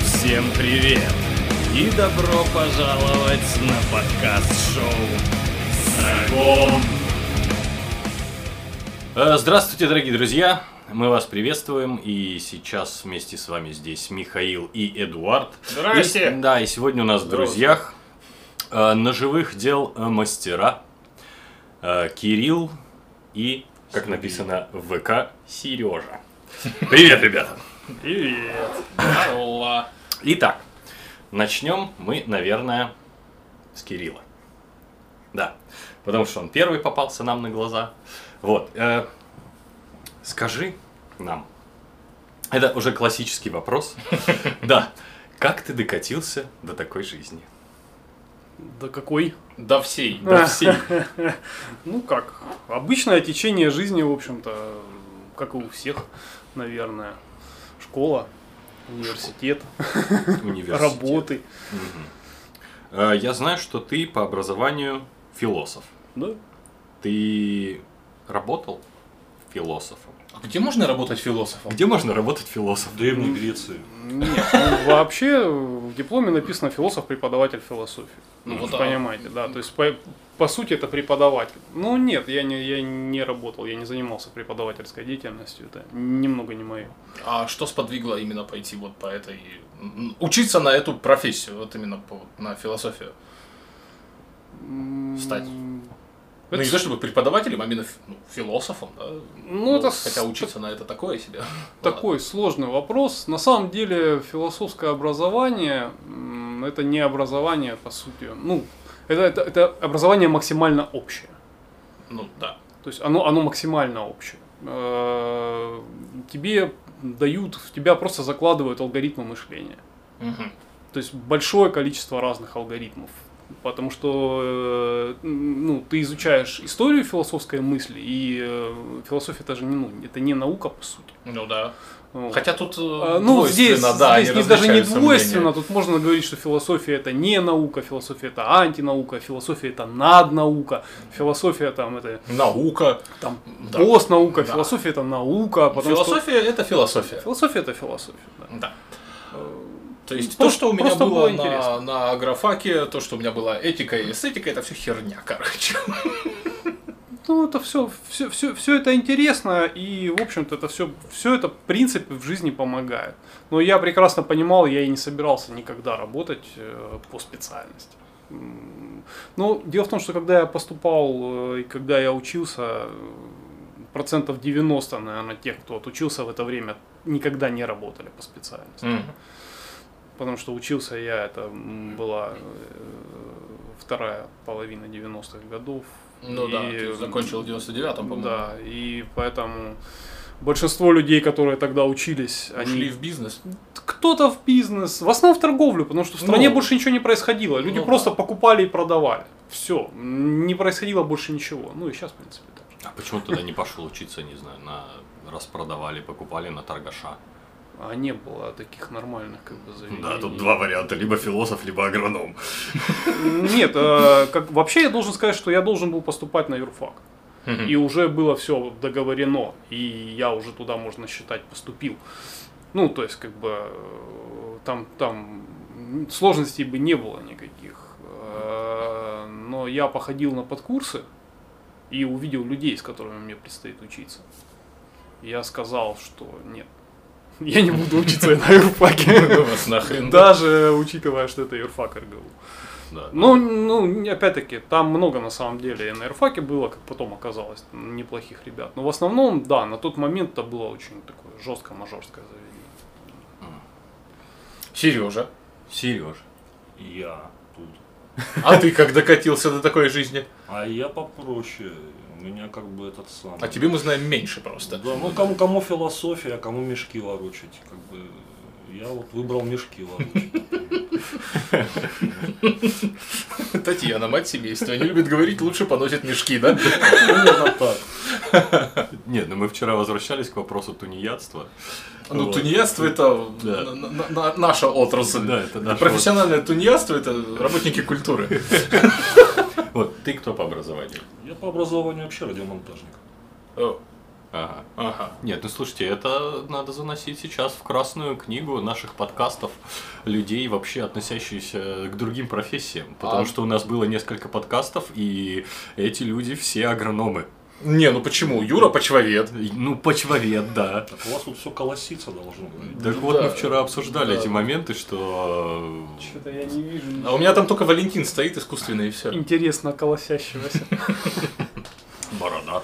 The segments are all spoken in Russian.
Всем привет! И добро пожаловать на подкаст-шоу «Сагом». Э, Здравствуйте, дорогие друзья! Мы вас приветствуем, и сейчас вместе с вами здесь Михаил и Эдуард. Здрасте! И- да, и сегодня у нас в друзьях э, ножевых дел э, мастера э, Кирилл и, как написано в ВК, Сережа. Привет, ребята! Привет. Итак, начнем мы, наверное, с Кирилла. Да, потому что он первый попался нам на глаза. Вот, э, скажи нам, это уже классический вопрос, да, как ты докатился до такой жизни? Да какой? До всей. До всей. Ну как, обычное течение жизни, в общем-то, как и у всех, наверное. Школа, университет, Университет. работы. Э, я знаю, что ты по образованию философ. Да? Ты работал философом? А где можно работать философом? Где можно работать философом? В Древней Греции. Нет, ну, вообще в дипломе написано философ-преподаватель философии. Ну, Вы вот, а- понимаете, да. То есть по, по сути это преподаватель. Ну нет, я не, я не работал, я не занимался преподавательской деятельностью. Это немного не мое. А что сподвигло именно пойти вот по этой... м, Учиться на эту профессию, вот именно по- на философию? Стать. Ну, М-м-м. Это- не то чтобы преподавателем, а именно фи- ну, философом, да? Ну, это с- Хотя учиться на это такое себе. Такой сложный вопрос. На самом деле философское образование м, это не образование, по сути. Ну, это, это, это образование максимально общее. Ладно. Ну, да. То есть оно, оно максимально общее. Э, Тебе дают, в тебя просто закладывают алгоритмы мышления. Мгм. То есть большое количество разных алгоритмов. Потому что э, м, ну, ты изучаешь историю философской мысли, и э, философия это же не, ну, это не наука, по сути. Ну, да. Вот. Хотя тут э, А, Ну, здесь, двойственно, да, здесь они не- даже не различаются двойственно, мнения. тут можно говорить, что философия это не наука, философия это антинаука, философия это наднаука, философия там это Наука. там Да. постнаука, Да. философия это наука, потому что- Философия это философия. философия это философия. да. Да. То есть то, просто- что у меня просто было, было на, интересно. на агрофаке, то, что у меня была этика и эстетика, это все херня, короче. Ну это все, все, все, все это интересно и в общем-то это все, все это в принципе в жизни помогает. Но я прекрасно понимал, я и не собирался никогда работать э, по специальности. М, Но дело в том, что когда я поступал э, и когда я учился, э, процентов 90, наверное, тех, кто отучился в это время, никогда не работали по специальности. Потому что учился я, это м, была э, вторая половина 90-х годов. Ну да, ты м, закончил в 99-м, по-моему. Да, и поэтому большинство людей, которые тогда учились, Ушли они... в бизнес. Кто-то в бизнес, в основном в торговлю, потому что в стране Ну, больше ничего не происходило. Люди ну просто да. покупали и продавали. Все, не происходило больше ничего. Ну и сейчас, в принципе, так же. А почему тогда не пошел учиться, не знаю, на распродавали, покупали на торгаша? А не было таких нормальных как бы заведений. варианта, либо философ, либо агроном. Нет, э, как, вообще я должен сказать, что я должен был поступать на юрфак. И уже было все договорено, и я уже туда, можно считать, поступил. Ну, то есть, как бы, э, там, там м, сложностей бы не было никаких. Э, Но я походил на подкурсы и увидел людей, с которыми мне предстоит учиться. Я сказал, что нет, я не буду учиться на юрфаке. Ну вас нахрен. Даже учитывая, что это юрфак РГУ. Да. Ну, ну, не- опять-таки, там много на самом деле и на Эрфаке было, как потом оказалось, неплохих ребят. Но в основном, да, на тот момент это было очень такое жестко мажорское заведение. Сережа, Сереж. Я тут. а ты как докатился до такой жизни? А я попроще. У меня как бы этот самый. А тебе мы знаем меньше просто. Да, ну кому, кому философия, а кому мешки ворочать. Как бы я вот выбрал мешки ворочать. Татьяна, мать семейства, не любит говорить, лучше поносит мешки, да? Именно так. Нет, ну мы вчера возвращались к вопросу тунеядства. Ну, Вот. тунеядство это Да. на- на- на- наша отрасль. Да, это наша Профессиональное тунеядство это работники культуры. Вот, ты кто по образованию? Я по образованию вообще радиомонтажник. Э, Ага. Ага. Нет, ну слушайте, это надо заносить сейчас в красную книгу наших подкастов людей, вообще относящихся к другим профессиям. Потому А- что у нас было несколько подкастов, и эти люди все агрономы. Не, ну почему? Юра почвовед. И, Ну, почвовед, да. Так у вас тут все колоситься должно. блин. Так Ну вот, мы да, вчера обсуждали да. эти моменты, что... Что-то я не вижу. А у меня там только Валентин стоит искусственный и все. Интересно колосящегося. э, Борода.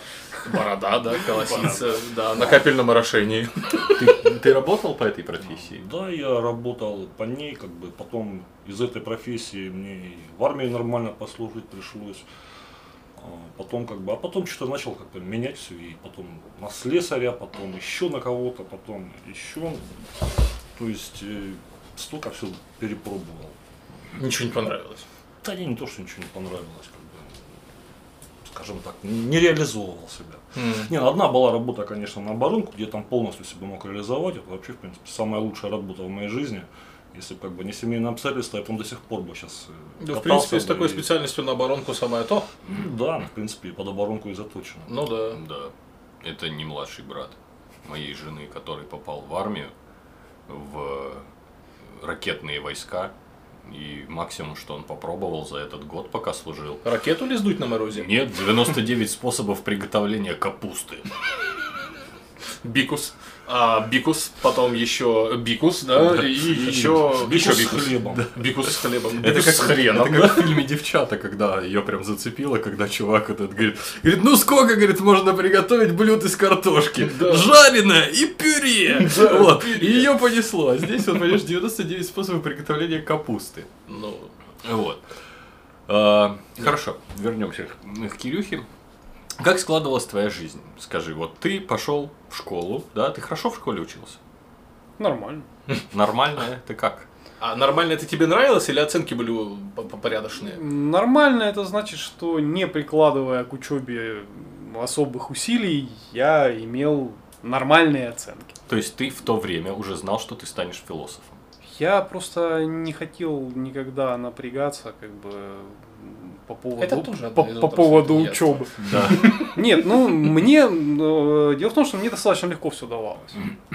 Борода, да, колосится, да, на капельном орошении. Ты, ты работал по этой профессии? Да, я работал по ней, как бы потом из этой профессии мне и в армии нормально послужить пришлось. А Потом как бы, а потом что-то начал как-то менять все, и потом на слесаря, потом еще на кого-то, потом еще. То есть э, столько все перепробовал. Ничего не понравилось. Да не, не то, что ничего не понравилось, как бы, скажем так, не реализовывал себя. Не, ну, одна была работа, конечно, на оборонку, где я там полностью себя мог реализовать. Это вообще, в принципе, самая лучшая работа в моей жизни. Если бы как бы не семейные обстоятельства, я, по до сих пор бы э, сейчас Да, в принципе, с такой специальностью на оборонку самое то. Ну Да, в принципе, и под оборонку и заточено. Ну да. Да. Это не младший брат моей жены, который попал в армию, в ракетные войска. И максимум, что он попробовал за этот год, пока служил, Ракету ли сдуть на морозе? нет 99 способов приготовления капусты. Бикус. А, бикус, потом еще бикус, да, и еще Бикус еще с хлебом. Бикус с хлебом. Бикус с хреном. это как а? в фильме «Девчата», когда ее прям зацепило, когда чувак этот говорит, говорит, ну сколько, говорит, можно приготовить блюд из картошки? Да. Жареное и пюре! Да, Вот, и ее понесло. А Здесь, вот, понимаешь, 99 способов приготовления капусты. Ну, Вот. А, Хорошо, вернемся к Кирюхе. Как складывалась твоя жизнь? Скажи, вот ты пошел в школу, да? Ты хорошо в школе учился? Нормально. Нормально? Ты как? а нормально это тебе нравилось или оценки были по- по- порядочные? Нормально это значит, что не прикладывая к учебе особых усилий, я имел нормальные оценки. То есть ты в то время уже знал, что ты станешь философом? Я просто не хотел никогда напрягаться, как бы по поводу, Это тоже одна по, из по отраслей поводу тунеядства. учебы. Да. Нет, ну мне э, дело в том, что мне достаточно легко все давалось. Э,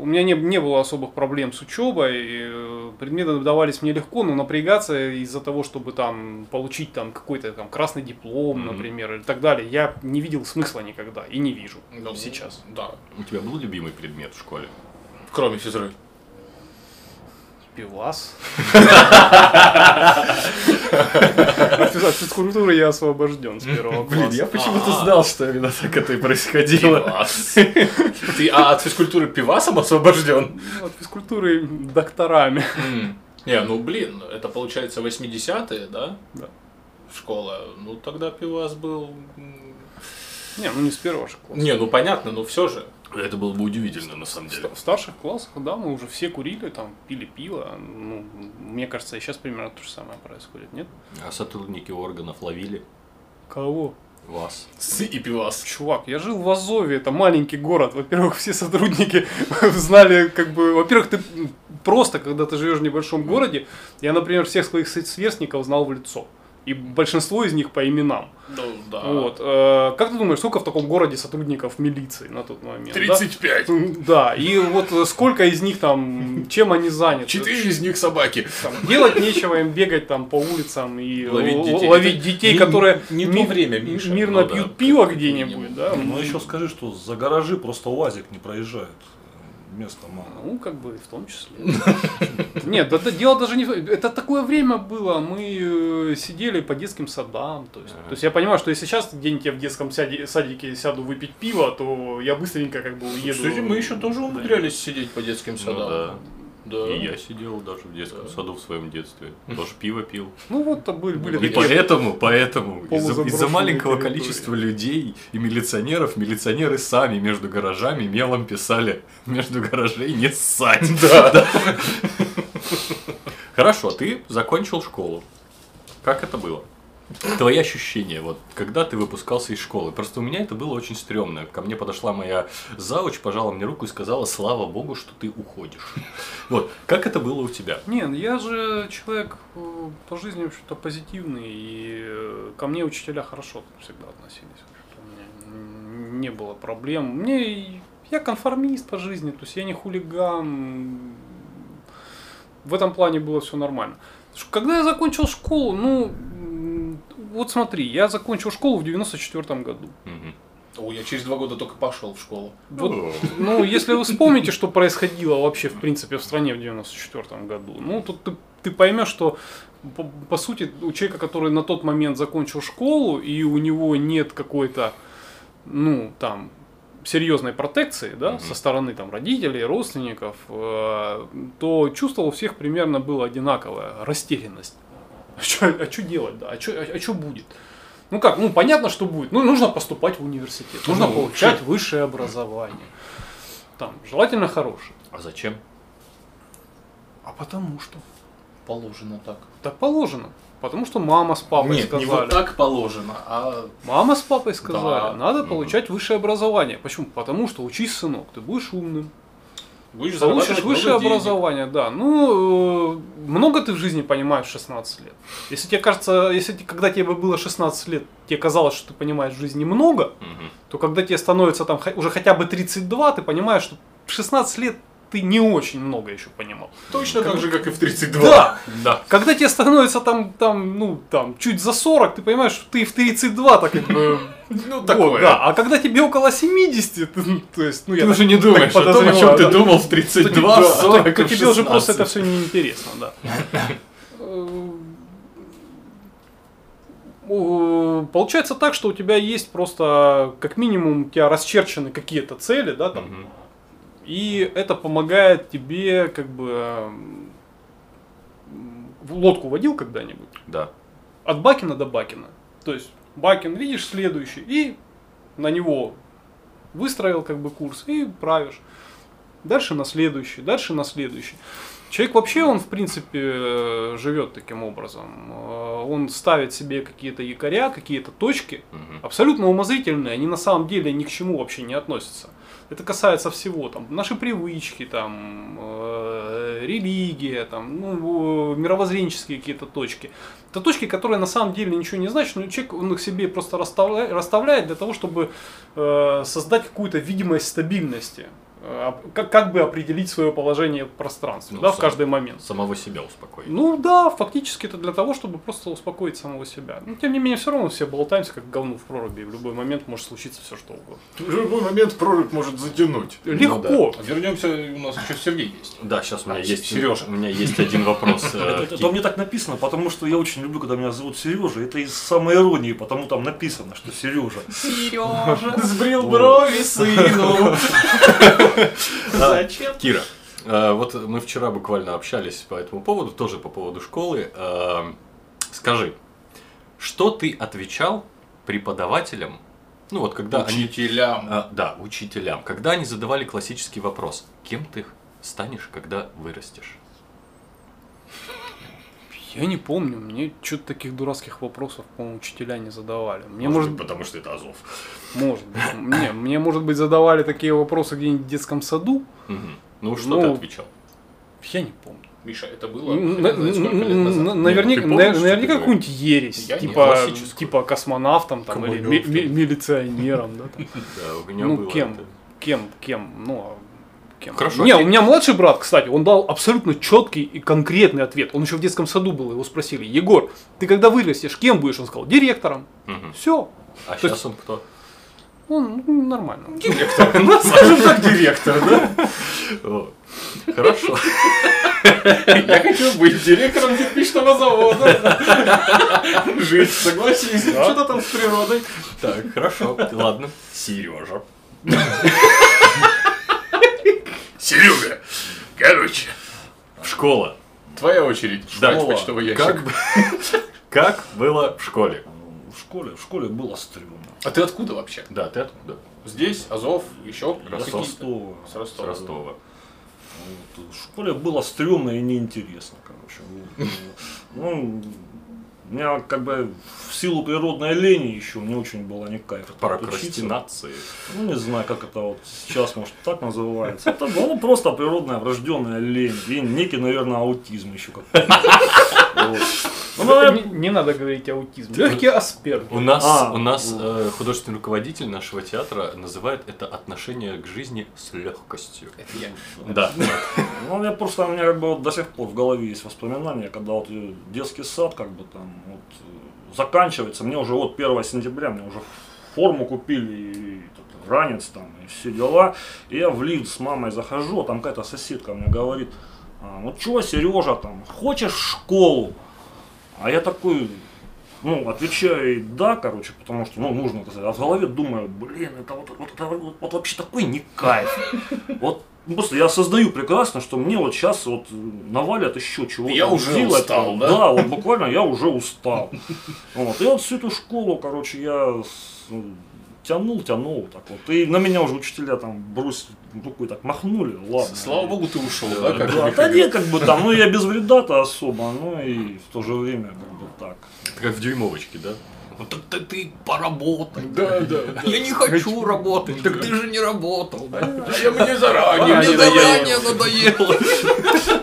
У меня не, не было особых проблем с учебой, э, предметы давались мне легко, но напрягаться из-за того, чтобы там получить там какой-то там красный диплом, Мгм. например, и так далее, я не видел смысла никогда и не вижу Ну, сейчас. Да. У тебя был любимый предмет в школе? Кроме физры. Пивас. От физ- от физкультуры я освобожден с первого класса. почему-то знал, что именно так это и происходило. Ты а, от физкультуры пивасом освобожден? Ну, От физкультуры докторами. Не, ну блин, это получается 80-е, да? Да. Школа. Ну тогда пивас был. м, Не, ну не с первого же класса. Не, ну понятно, но все же. Это было бы удивительно, на самом деле. В старших классах, да, мы уже все курили, там, пили пиво. Ну, мне кажется, и сейчас примерно то же самое происходит, нет? А сотрудники органов ловили Кого? вас. Сы и пивас. Чувак, я жил в Азове, это маленький город. Во-первых, все сотрудники знали, как бы... Во-первых, ты просто, когда ты живешь в небольшом городе, я, например, всех своих со- сверстников знал в лицо. И большинство из них по именам. Ну да. Вот. Э, Как ты думаешь, сколько в таком городе сотрудников милиции на тот момент? да? Ну, 35. Да, и вот э, сколько из них там, чем они заняты? Четыре из них собаки. Там делать нечего, им бегать там по улицам и Ловить л- детей. ловить Это детей, не- которые не то ми- время, Миша. мирно Ну да, пьют пиво как где-нибудь, минимум. да. Но Ну, еще скажи, что за гаражи просто УАЗик не проезжает. Места мало. Ну, как бы в том числе. Нет, это дело даже не... в- Это такое время было, мы э, сидели по детским садам. То есть, то есть я понимаю, что если сейчас где-нибудь я в детском саде- садике сяду выпить пиво, то я быстренько как бы уеду. Кстати, мы еще тоже умудрялись сидеть по детским садам. Ну да. Ну И я сидел даже в детском Да. саду в своем детстве. Тоже пиво пил. Ну, вот то были, были И такие... поэтому, поэтому, из-за, полузаброшенные из-за маленького территории. количества людей и милиционеров, милиционеры сами между гаражами мелом писали между гаражей не ссать. Да. Хорошо, ты закончил школу. Как это было? Твои ощущения, вот, когда ты выпускался из школы. Просто у меня это было очень стрёмно. Ко мне подошла моя зауч, пожала мне руку и сказала, слава богу, что ты уходишь. Вот, как это было у тебя? Не, ну я же человек э, по жизни, в общем-то, позитивный, и э, ко мне учителя хорошо всегда относились. в общем-то. У меня н- не было проблем. Мне и- я конформист по жизни, то есть я не хулиган. В этом плане было все нормально. Ш- Когда я закончил школу, ну м, вот смотри, я закончил школу в 94 году. Мгм. О, я через два года только пошел в школу. Вот Ну, ну, если вы вспомните, что происходило вообще, в принципе, в стране в 94 году, ну, тут ты, ты поймешь, что, по, по сути, у человека, который на тот момент закончил школу, и у него нет какой-то, ну, там, серьезной протекции, да, Мгм. со стороны, там, родителей, родственников, э, то чувство у всех примерно было одинаковое, растерянность. А что делать, да, а что будет? Ну как, ну понятно, что будет. Ну, нужно поступать в университет, нужно Ну, получать высшее образование. Там, желательно хорошее. А зачем? А потому что? Положено так. Так положено. Потому что мама с папой Нет, сказали. не вот так положено, а Мама с папой сказали, Да. надо Мгм. получать высшее образование. Почему? Потому что учись, сынок, ты будешь умным. будешь Получишь зарабатывать высшее много денег. образование, да. Ну, э, много ты в жизни понимаешь в 16 лет. Если тебе кажется, если те- когда тебе было 16 лет, тебе казалось, что ты понимаешь в жизни много, Мгм. то когда тебе становится там хо- уже хотя бы 32, ты понимаешь, что в 16 лет ты не очень много еще понимал. Точно так же, как и в 32. Да! Да. Когда тебе становится там, там, ну, там, чуть за 40, ты понимаешь, что ты и в 32 так как бы... Ну, вот, такое. да. А когда тебе около 70, ты, ну, то есть, ну, я Ты так- уже не думаешь о том, о подозреваю, чем ты да. думал в Да, 32, то- 40, то в тебе уже просто 16. это все неинтересно, да. Э, у- Получается так, что у тебя есть просто, как минимум, у тебя расчерчены какие-то цели, да, там, Мгм. и это помогает тебе, как бы, эм, в лодку водил когда-нибудь? Да. От Бакина до Бакина. То есть, Бакин видишь следующий, и на него выстроил, как бы, курс, и правишь. Дальше на следующий, дальше на следующий. Человек вообще, он, в принципе, э, живет таким образом. Э, Он ставит себе какие-то якоря, какие-то точки, Мгм. абсолютно умозрительные, они на самом деле ни к чему вообще не относятся. Это касается всего, там, наши привычки, там, э, религия, там, ну, э, мировоззренческие какие-то точки. Это точки, которые на самом деле ничего не значат, но человек он их себе просто расставля- расставляет для того, чтобы э, создать какую-то видимость стабильности, э, оп- как, как бы определить свое положение в пространстве, Ну, да, в сам. каждый момент. Самого себя успокоить. Ну да, фактически это для того, чтобы просто успокоить самого себя. Но тем не менее, все равно все болтаемся, как говно в проруби. и В любой момент может случиться все что угодно. В любой момент прорубь может затянуть. Легко. Вернемся, у нас еще Сергей есть. Ну Да, сейчас у меня А, есть Серёжа. У меня есть один вопрос. э, Это, это- Кит. это мне так написано, потому что я очень люблю, когда меня зовут Сережа. Это из самой иронии, потому там написано, что Сережа. Сережа сбрил брови сыну. Зачем? А, Кира, э, вот мы вчера буквально общались по этому поводу, тоже по поводу школы. Э, Скажи, что ты отвечал преподавателям, ну вот когда они... Учителям. А, Да, учителям. Когда они задавали классический вопрос, кем ты станешь, когда вырастешь? Я не помню, мне что-то таких дурацких вопросов, по-моему, учителя не задавали. Мне Может может, быть, потому что это Азов. может быть. Мне, мне, может быть, задавали такие вопросы где-нибудь в детском саду. Мгм. Ну, что Ну, ты отвечал? Я не помню. Миша, это было? Н- хрен знает, н- сколько лет назад. н- Наверняка, Нет, ты помнишь, на- что наверняка ты какую-нибудь ересь, Я не типа, классическую. типа космонавтом там, или ми- ми- Коммунёвкой. милиционером, да, там. Да, у меня ну, было кем? это. Кем, кем, ну, а кем. Хорошо, Не, а у ты- меня младший брат, кстати, он дал абсолютно четкий и конкретный ответ. Он еще в детском саду был, его спросили, Егор, ты когда вырастешь, кем будешь? Он сказал, директором. Мгм. Все. А То сейчас он кто? Он ну, нормально. Директор. Ну, скажем так, директор, да? О, Хорошо. Я хочу быть директором кирпичного завода. Жить, согласись. Что-то там с природой. Так, хорошо. Ладно. Сережа. Серега, короче. Школа. Твоя очередь. Да, Ждать почтовый ящик. как, как было в школе? В школе, в школе было стрёмно. А ты откуда вообще? Да, ты откуда? Здесь, Азов, еще Я с Ростова. С С Ростова. Ростова. Вот. В школе было стрёмно и неинтересно, короче. Вот. Ну, у меня как бы в силу природной лени еще не очень было ни кайф. от учиться. Прокрастинации. Ну, не знаю, как это вот сейчас, может, так называется. Это было просто природная врожденная лень. И некий, наверное, аутизм еще какой-то. Ну, давай. Не, не надо говорить аутизм. Легкий аспект. У нас, А, у нас у- э, художественный руководитель нашего театра называет это отношение к жизни с легкостью. Да. Ну, я просто, у меня как бы вот до сих пор в голове есть воспоминания, когда вот э, детский сад как бы там вот э, заканчивается, мне уже вот 1 сентября, мне уже форму купили, и этот ранец там, и все дела, и я в лифт с мамой захожу, а там какая-то соседка мне говорит, «А, ну чё, Сережа, там, хочешь в школу? А я такой, ну, отвечаю ей да, короче, потому что, ну, нужно, так сказать. а в голове думаю, блин, это вот, вот, это вот- вот вообще такой не кайф. Вот ну, просто я создаю прекрасно, что мне вот сейчас вот э, навалят еще чего-то. Я уже Сделать устал, там, да? Да, вот буквально я уже устал. Вот. И вот всю эту школу, короче, я с- ну, тянул, тянул так вот. И на меня уже учителя там брось рукой так махнули, ладно. Слава богу, ты ушел, да? как Да, бы, да не, как бы там, ну я без вреда-то особо, ну и в то же время как бы так. Это как в дюймовочке, да? Вот это ты поработай. Да, да. Я не хочу работать. Так ты же не работал. Я мне заранее Мне надоело. задание надоело.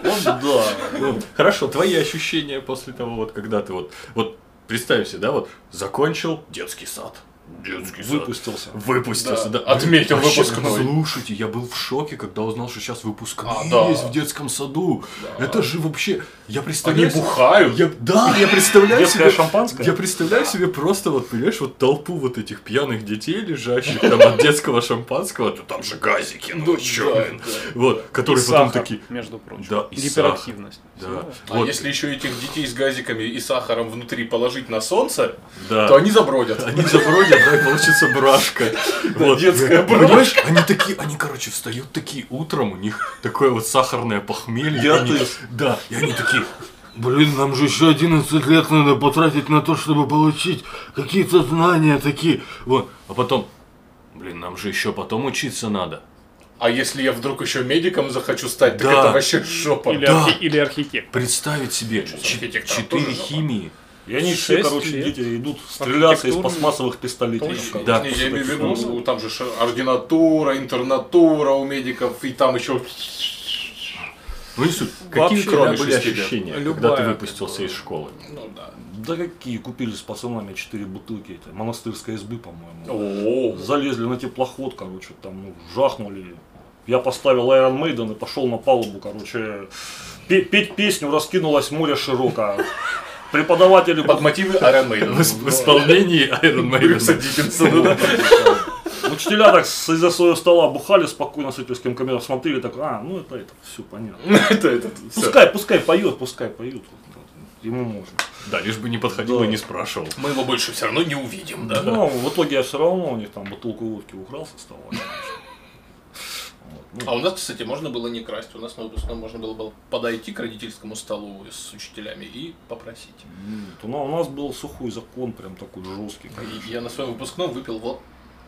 Вот да. Ну, Хорошо, твои ощущения после того, вот когда ты вот, вот представь себе, да, вот закончил детский сад. Детский Выпустился. Выпустился, да. Да, отметил Вообще, ну, выпускной. Слушайте, я был в шоке, когда узнал, что сейчас выпускные А, да. есть в детском саду. Это же вообще... Я представляю... Они себе- бухают. Я, да, я представляю Детское себе... шампанское? Я представляю себе просто, вот, понимаешь, вот толпу вот этих пьяных детей, лежащих там от детского шампанского, то там же газики, ну Да, чё, да. вот, которые И потом сахар, такие... между прочим. Да, и Гиперактивность. Да, А вот, если еще этих детей с газиками и сахаром внутри положить на солнце, да. то они забродят. Они забродят, да, и получится брашка. Вот. детская Понимаешь, они такие, они, короче, встают такие утром, у них такое вот сахарное похмелье. и они- Диатез. Да, и они такие, Блин, нам же еще 11 лет надо потратить на то, чтобы получить какие-то знания такие. вот, а потом, блин, нам же еще потом учиться надо. А если я вдруг еще медиком захочу стать, так Да. это вообще жопа. Или, Да. архи- или архитектор. Представить себе, чет- за архитектор? четыре Тоже жопа. химии. И они все, Шесть короче, лет. дети идут стреляться из Архитектурный. пластмассовых пистолетов. Точно. как Да. бы. Не, я имею в виду, ну, там же ш- ординатура, интернатура у медиков, и там еще... Ну не суть. Вообще, Какие у тебя кроме были шести лет. ощущения, когда Любая. ты выпустился из школы? Ну да. Да какие купили с пацанами 4 бутылки этой монастырской избы, по-моему. О, Залезли на теплоход, короче, там, ну, жахнули. Я поставил Iron Maiden и пошел на палубу, короче, пе- петь песню «Раскинулось море широко». Преподаватели... под мотивы Iron Maiden. В ис- в исполнении Iron Брюса Maiden. Диккенсона, да? Учителя так с- из-за своего стола бухали спокойно с этим камерой, смотрели, так, а, ну это это, все понятно. Это, это, всё. Пускай, пускай поет, пускай поют. Вот, вот, Ему можно. Да, лишь бы не подходил Да. и не спрашивал. Мы его больше все равно не увидим, да? Но Ну, а в итоге я все равно у них там бутылку водки украл со стола. конечно. Вот, ну, А у нас, кстати, можно было не красть. У нас на выпускном можно было, было подойти к родительскому столу с учителями и попросить. нет, у на- у нас был сухой закон, прям такой жесткий. И я на своем выпускном выпил вот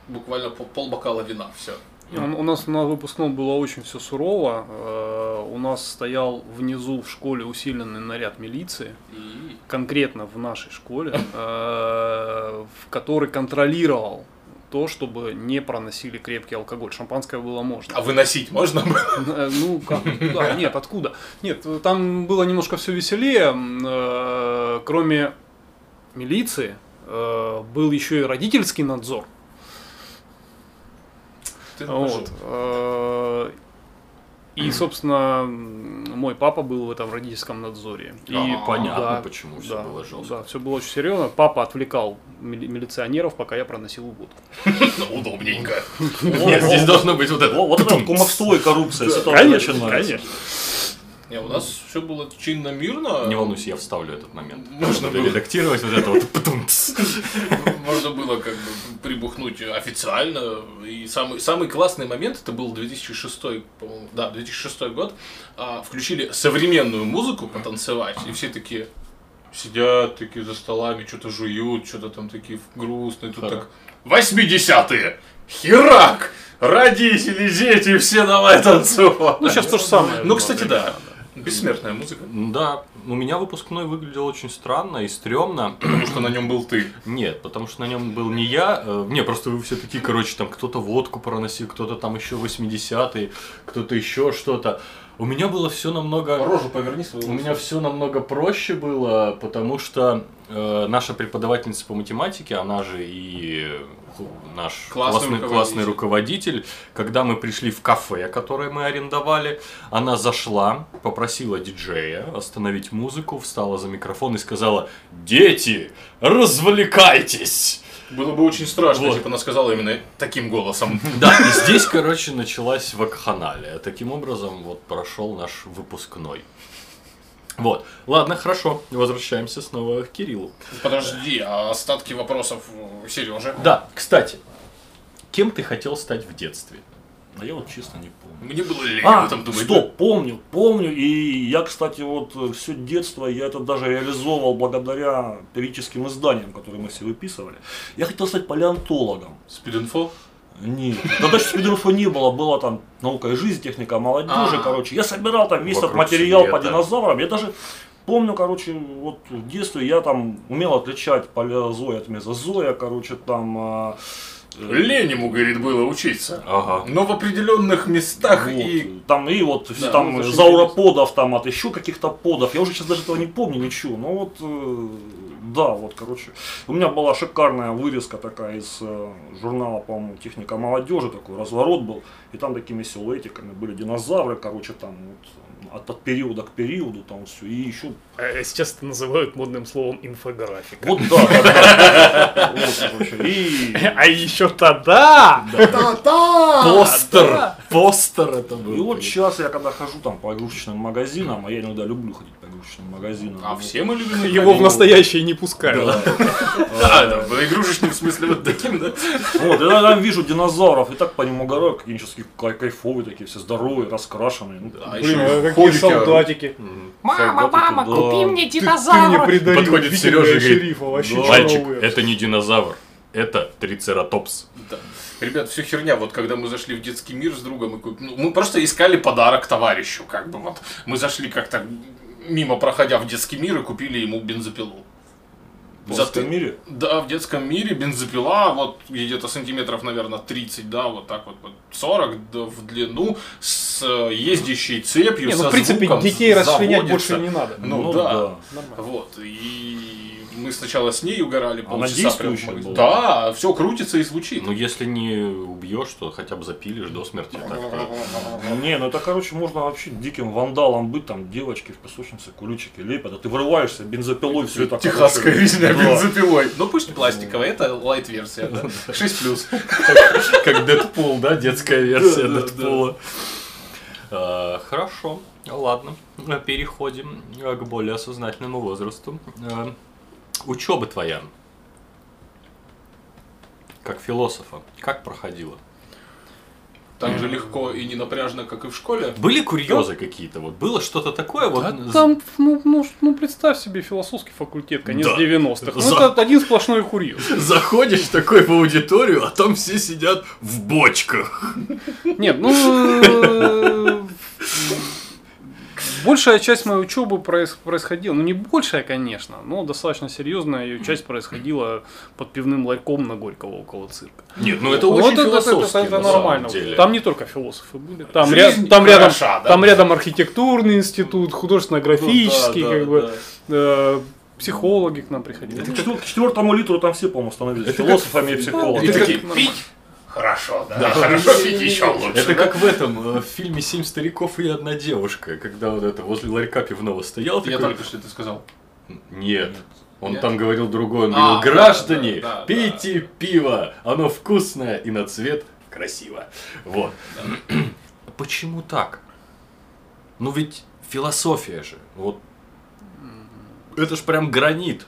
буквально по- полбокала вина. Все. У у нас на выпускном было очень все сурово. Э, У нас стоял внизу в школе усиленный наряд милиции. И конкретно в нашей школе, э, в который контролировал то, чтобы не проносили крепкий алкоголь. Шампанское было можно. А выносить можно было? Э, Ну как? Да, нет, откуда? Нет, там было немножко все веселее. М, э, Кроме милиции, э, был еще и родительский надзор. Ты Вот. Э, И, собственно, м, мой папа был в этом родительском надзоре. И И А, понятно, да, почему все было жестко. Да, все было очень серьезно. Папа отвлекал мили- милиционеров, пока я проносил водку. Ну, удобненько. Нет, здесь должно быть вот это. Во- Вот это кумовство и коррупция. с этого начинается. Не, у нас все было чинно, мирно. Не волнуйся, я вставлю этот момент. Можно Буду было. редактировать вот это вот. Птум-тс. Можно было как бы прибухнуть официально. И самый, самый классный момент, это был 2006, по-моему, да, 2006 год. А, включили современную музыку потанцевать, и все такие сидят такие за столами, что-то жуют, что-то там такие грустные. Тут так 80-е! Херак! Родители, дети, все давай танцевать! Ну, сейчас то же самое. Ну, кстати, да. Бессмертная музыка. Да, у меня выпускной выглядел очень странно и стрёмно. Потому что на нем был ты. Нет, потому что на нем был не я. э, Не, просто вы все такие, короче, там кто-то водку проносил, кто-то там еще 80-е, кто-то еще что-то. У меня было все намного... Рожу поверни свою. У меня все намного проще было, потому что э, наша преподавательница по математике, она же и ху- наш Классный классный, классный руководитель, когда мы пришли в кафе, которое мы арендовали, она зашла, попросила диджея остановить музыку, встала за микрофон и сказала «Дети, развлекайтесь!» Было бы очень страшно, Вот. если бы она сказала именно таким голосом. Да, и здесь, короче, началась вакханалия. Таким образом, вот прошел наш выпускной. Вот. Ладно, хорошо. Возвращаемся снова к Кириллу. Подожди, а остатки вопросов Сережи? Да, кстати, кем ты хотел стать в детстве? А я вот честно не помню. Мне было лень об А, этом думать. стоп, помню, помню. И я, кстати, вот все детство, я это даже реализовывал благодаря периодическим изданиям, которые мы все выписывали. Я хотел стать палеонтологом. Спидинфо? Нет. Да даже спидерфа не было, была там наука и жизнь, техника молодежи, А. короче. Я собирал там весь этот Вокруг материал по света. динозаврам. Я даже помню, короче, вот в детстве я там умел отличать палеозоя от мезозоя, короче, там... а, э, Лень ему, говорит, было учиться. Ага. Но в определенных местах Вот, и... Там и вот все Да, там ну, это же зауроподов, там от еще каких-то подов. Я уже сейчас даже этого не помню ничего. Но вот э, да, вот короче. У меня была шикарная вырезка такая из э, журнала, по-моему, техника молодежи, такой разворот был. И там такими силуэтиками были динозавры, короче, там вот от, от периода к периоду там все. И еще. Э, Сейчас это называют модным словом инфографика. Вот да, да, да. Вот, короче. И А еще тогда Постер! Постер это был. и вот сейчас я когда хожу там по игрушечным магазинам, а я иногда люблю ходить по игрушечным магазинам. А вот. все мы любим его в ходить. настоящее не пускают. Да, да, в игрушечном смысле вот таким, да? Вот, я там вижу динозавров, и так по нему горой, какие-нибудь такие кай- кайфовые такие, все здоровые, раскрашенные. Ну, А Блин, ещё а какие ходики, а, солдатики. Мама, мама, да. Ты, ты купи мне мне динозавра. придарил Подходит викинга Серёжа и и «Ну, говорит, шерифа, вообще «Да, Мальчик, чумовые». это не динозавр. Это трицератопс. Да. Ребят, все херня. Вот когда мы зашли в детский мир с другом, и куп- ну, мы просто искали подарок товарищу, как бы вот. Мы зашли как-то мимо проходя в детский мир и купили ему бензопилу. В За детском ты- мире? Да, в детском мире бензопила, вот где-то сантиметров, наверное, 30, да, вот так вот, вот 40 да, в длину, с э, ездящей цепью, Не, ну, со в принципе, звуком, детей заводится. расчленять больше не надо. Ну, Ну да. да. Вот, и мы сначала с ней угорали Она полчаса. прям в действующая магазине. была? Да, все крутится и звучит. Ну, если не убьешь, то хотя бы запилишь до смерти. Так, Не, ну это, короче, можно вообще диким вандалом быть, там девочки в песочнице куличики лепят, а ты вырываешься бензопилой, все это Техасская короче, резня да. бензопилой. Ну пусть пластиковая, это лайт-версия, да. 6 плюс. Как Дэдпул, да? Детская версия Дэдпула. Э, Хорошо, ладно. Э, Переходим э, к более осознательному возрасту. А, Учеба твоя. Как философа. Как проходила? Так же легко и не напряжно, как и в школе. Были курьезы какие-то? Вот было что-то такое? Вот Да там, ну, ну, ш- ну, представь себе философский факультет, конец Да. 90-х. Ну, За- это один сплошной курьез. заходишь такой в аудиторию, а там все сидят в бочках. Нет, ну... э, Большая часть моей учебы проис- происходила, ну не большая, конечно, но достаточно серьезная ее часть происходила под пивным ларьком на Горького около цирка. Нет, ну это Вот очень это- это- философски, это на самом нормально. деле. Там не только философы были. Там, ря- Жизнь там, рядом, хороша, да? там рядом архитектурный институт, художественно-графический, Ну, да, как да, бы, да. э, психологи к нам приходили. К четвер- К четвертому литру там все, по-моему, становились философами и И психологами. это- такие, как пить хорошо, да, хорошо пить еще лучше. А Это да. как в этом э, в фильме «Семь стариков и одна девушка», когда вот это возле ларька пивного стоял. Я такой, только что это сказал. Нет. Он Нет? там говорил другое, он А, говорил, да, граждане, да, да, пейте пиво, оно вкусное и на цвет красиво. Вот. Почему так? Ну ведь философия же, вот. Это ж прям гранит.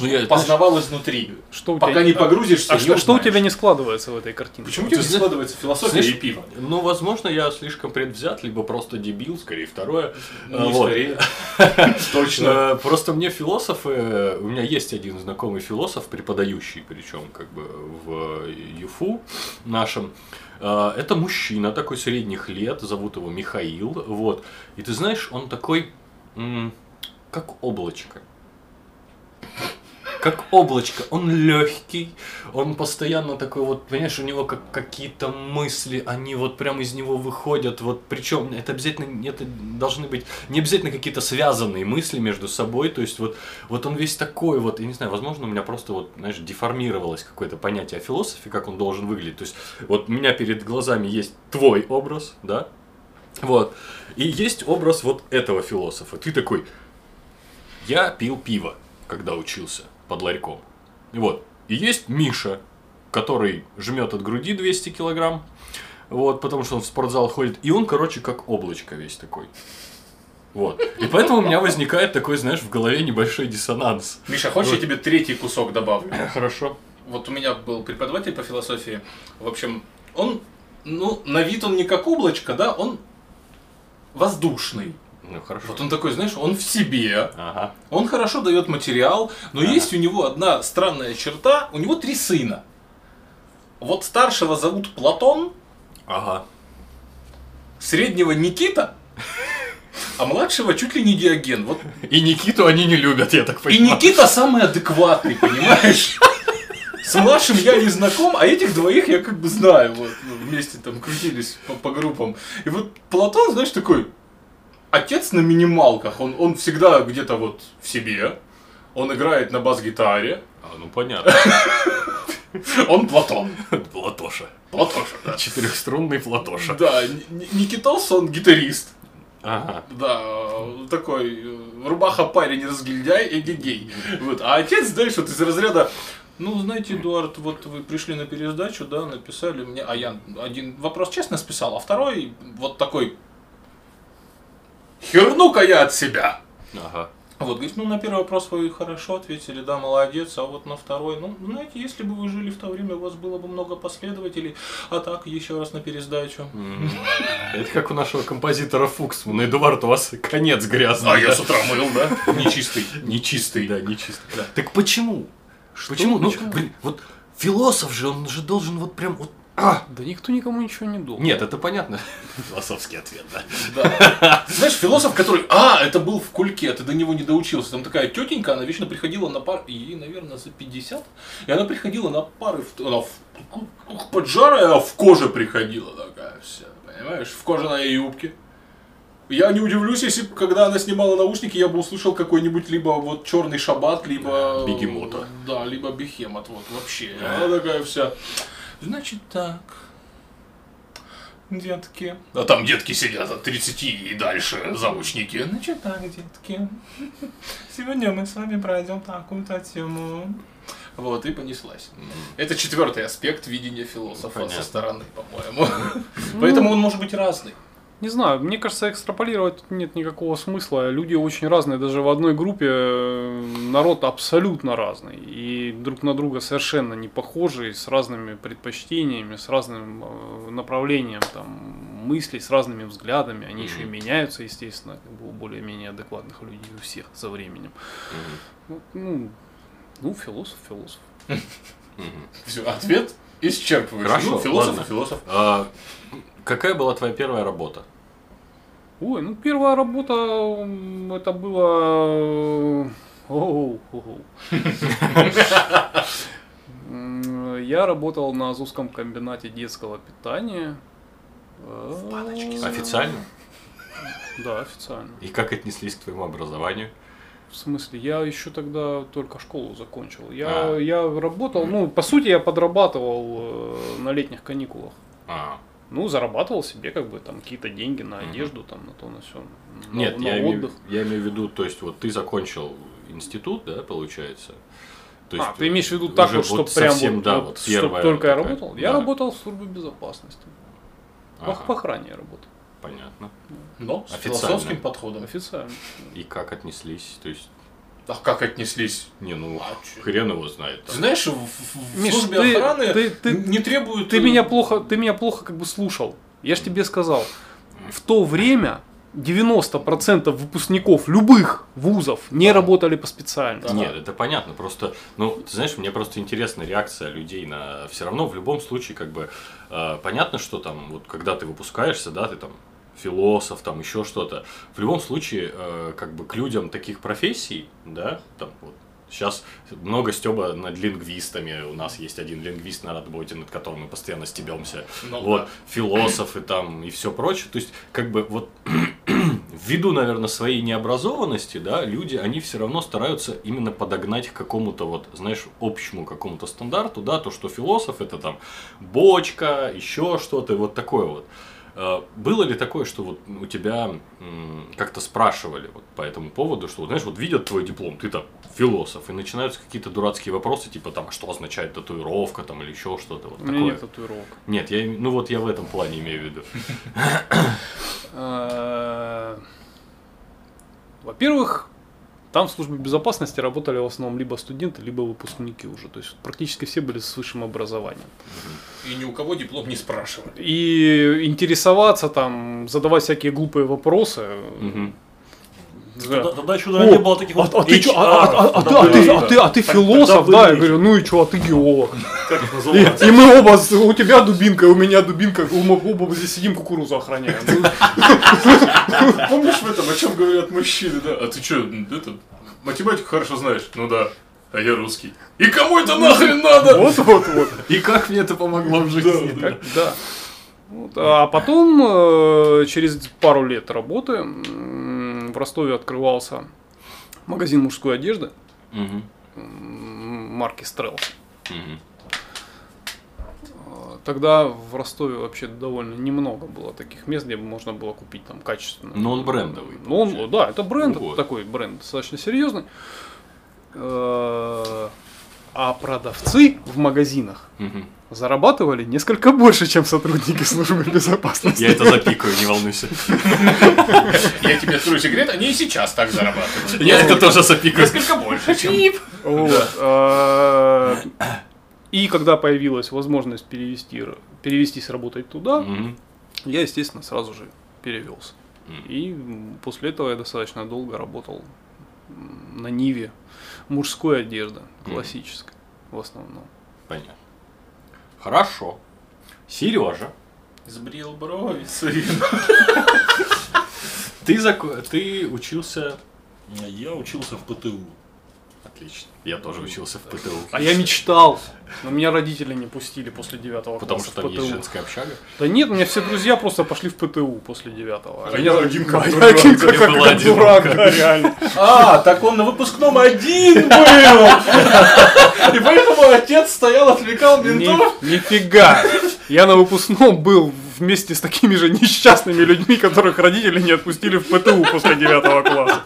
Ну, я- Познавал изнутри. Что у тебя, Пока не погрузишься, а не что, что у узнаешь. тебя не складывается в этой картине? Почему у тебя Ты не знаешь- складывается философия знаешь, и пиво? Ну, возможно, я слишком предвзят, либо просто дебил, скорее второе. Ну, А, не вот. скорее. Точно. Э, Просто мне философы, э, у меня есть один знакомый философ, преподающий, причем как бы в э, ЮФУ нашем. Э, Это мужчина такой средних лет, зовут его Михаил, вот. И ты знаешь, он такой, м, как облачко. как облачко. Он легкий, он постоянно такой вот, понимаешь, у него как какие-то мысли, они вот прям из него выходят. Вот причем это обязательно, это должны быть не обязательно какие-то связанные мысли между собой. То есть вот, вот он весь такой вот, я не знаю, возможно, у меня просто вот, знаешь, деформировалось какое-то понятие о философе, как он должен выглядеть. То есть вот у меня перед глазами есть твой образ, да, вот. И есть образ вот этого философа. Ты такой, я пил пиво, когда учился под ларьком. И Вот. И есть Миша, который жмет от груди 200 килограмм, вот, потому что он в спортзал ходит. И он, короче, как облачко весь такой. Вот. И поэтому у меня возникает такой, знаешь, в голове небольшой диссонанс. Миша, хочешь, я тебе третий кусок добавлю? Хорошо. Вот у меня был преподаватель по философии. В общем, он, ну, на вид он не как облачко, да, он воздушный. Ну, хорошо. Вот он такой, знаешь, он в себе, Ага. он хорошо дает материал, но есть у него одна странная черта, у него три сына. Вот старшего зовут Платон, Ага. среднего Никита, а младшего чуть ли не Диоген. Вот И Никиту они не любят, я так И понимаю. Никита самый адекватный, понимаешь? С младшим я не знаком, а этих двоих я как бы знаю. Вот ну, вместе там крутились по, по группам. И вот Платон, знаешь, такой отец на минималках. Он, он всегда где-то вот в себе. Он играет на бас-гитаре. А, ну понятно. Он Платон. Платоша. Платоша, да. Четырехструнный Платоша. Да, Ни- Ни- Никитос, он гитарист. Ага. Да, э, такой э, рубаха парень разгильдяй и гей. Вот. А отец, знаешь, вот из разряда ну, знаете, Эдуард, вот вы пришли на пересдачу, да, написали мне, а я один вопрос честно списал, а второй вот такой, херну-ка я от себя. Ага. Вот, говорит, ну, на первый вопрос вы хорошо ответили, да, молодец, а вот на второй, ну, знаете, если бы вы жили в то время, у вас было бы много последователей, а так, еще раз на пересдачу. М. Это как у нашего композитора Фуксмана. Эдуард, у вас конец грязный. А я да? с утра мыл, да? Нечистый. Нечистый, да, нечистый. Да. Так почему? Почему? Ну, блин, вот философ же, он же должен вот прям вот... а! Да никто никому ничего не должен. Нет, это понятно. Философский ответ, да. Да. Знаешь, философ, который, а, это был в кульке, ты до него не доучился. Там такая тетенька, она вечно приходила на пар, ей, наверное, за 50, и она приходила на пары, в- она в, ух, поджарая, а в коже приходила такая вся, понимаешь, в кожаной юбке. Я не удивлюсь, если б, когда она снимала наушники, я бы услышал какой-нибудь либо вот черный шаббат, либо... Бегемота. Да, либо бихемот, вот вообще. Она такая вся... Значит так, детки. А там детки сидят от 30 и дальше, заучники. Значит так, детки. Сегодня мы с вами пройдем такую-то тему. Вот, и понеслась. Это четвертый аспект видения философа Понятно. со стороны, по-моему. Поэтому он может быть разный. Ну, Не знаю, мне кажется, экстраполировать тут нет никакого смысла. Люди очень разные, даже в одной группе э, народ абсолютно разный. И друг на друга совершенно не похожи, с разными предпочтениями, с разным э, направлением там, мыслей, с разными взглядами. Они еще и меняются, естественно, как бы у более-менее адекватных людей у всех со временем. Вот, Ну, ну, философ, философ. Все, ответ исчерпывающий. Хорошо, Ну, философ ладно. и философ. А, Какая была твоя первая работа? Ой, ну первая работа м, это было. э, оу, оу. М, Я работал на Азовском комбинате детского питания. В Официально? Да, официально. И как отнеслись к твоему образованию? В смысле, я еще тогда только школу закончил. Я, А. я работал, ну, по сути, я подрабатывал э, на летних каникулах. А, Ну, зарабатывал себе как бы там какие-то деньги на одежду, там, на то, на все. Нет, Ну, на я, имею, отдых. я имею в виду, то есть вот ты закончил институт, да, получается? То э, а, ты имеешь в виду так уже вот, чтоб прям совсем, вот, да, вот, вот чтоб первая только я такая. работал? Я Да. работал в службе безопасности. По- Ага, По охране я работал. понятно. Но с Официально. философским подходом. Официально. И как отнеслись? То есть, А как отнеслись? не, ну, А чё? хрен его знает. Ты там. знаешь, в, в- в Миш, службе ты- охраны ты- ты- не Ну, требуют... Ты э, меня плохо, ты меня плохо как бы слушал. Я же тебе сказал, в то время 90% выпускников любых вузов не работали по специальности. Нет, это понятно. Просто, ну, ты знаешь, мне просто интересна реакция людей на. Все равно в любом случае, как бы э, понятно, что там, вот когда ты выпускаешься, да, ты там философ, там еще что-то. В любом случае, э, как бы к людям таких профессий, да, там вот Сейчас много стеба над лингвистами. У нас есть один лингвист на работе, над которым мы постоянно стебемся. Ну вот, да. философы там и все прочее. То есть, как бы вот ввиду, наверное, своей необразованности, да, люди, они все равно стараются именно подогнать к какому-то вот, знаешь, общему какому-то стандарту, да, то, что философ это там бочка, еще что-то, вот такое вот. Э, Было ли такое, что вот у тебя м, как-то спрашивали вот по этому поводу, что, вот, знаешь, вот видят твой диплом, ты там философ, и начинаются какие-то дурацкие вопросы, типа там, а что означает татуировка там или еще что-то вот У такое. меня нет татуировок. Нет, я, ну вот я в этом плане имею в виду. Э, Во-первых, там службы безопасности работали в основном либо студенты, либо выпускники уже. То есть практически все были с высшим образованием. И ни у кого диплом не спрашивали. И интересоваться там, задавать всякие глупые вопросы. Мгм. Да. Тогда, тогда еще, наверное, О, не было таких а, вот а ты чё, а, а- а- а- HR, да, а ты, а да, ты- а ты Тогда философ, были да? Я эти, говорю, ну и чё, а ты геолог. Как их И, называют? и мы оба, с- у тебя дубинка, и у меня дубинка, у мы оба здесь сидим, кукурузу охраняем. Ну, Помнишь Ну, в этом, о чем говорят мужчины, да? А ты что, это, математику хорошо знаешь? Ну да. А я русский. И кому это нахрен надо? Вот, вот, вот. И как мне это помогло в жизни? Как- да. Вот, А потом, э, через пару лет работы, м, в Ростове открывался магазин мужской одежды Мгм. м, марки Стрелс. Мгм. Э, Тогда в Ростове вообще довольно немного было таких мест, где можно было купить там качественную Но он брендовый. Ну, он, да, это бренд, Вот. это такой бренд достаточно серьезный. Э, А продавцы в магазинах Мгм. зарабатывали несколько больше, чем сотрудники службы безопасности. Я это запикаю, не волнуйся. Я тебе открою секрет, они и сейчас так зарабатывают. Я это тоже запикаю. Несколько больше, чем... Вот. э, И когда появилась возможность перевести, р- перевестись работать туда, Мгм. я, естественно, сразу же перевелся. Мгм. И м, после этого я достаточно долго работал м, на Ниве мужской одежды, классической в основном. Понятно. Хорошо. Сережа, Сбрил брови свои. ты, зако- ты учился... а. Я учился в ПТУ. Отлично. Я тоже учился в ПТУ. А я мечтал, но меня родители не пустили после девятого Потому класса что там в есть ПТУ. женская общага. Да нет, у меня все друзья просто пошли в ПТУ после девятого. А я один как А я дурак, один я как- был как один. дурак, да, реально. А, так он на выпускном один был! И поэтому отец стоял, отвлекал Ни- Нифига. Я на выпускном был вместе с такими же несчастными людьми, которых родители не отпустили в ПТУ после девятого класса.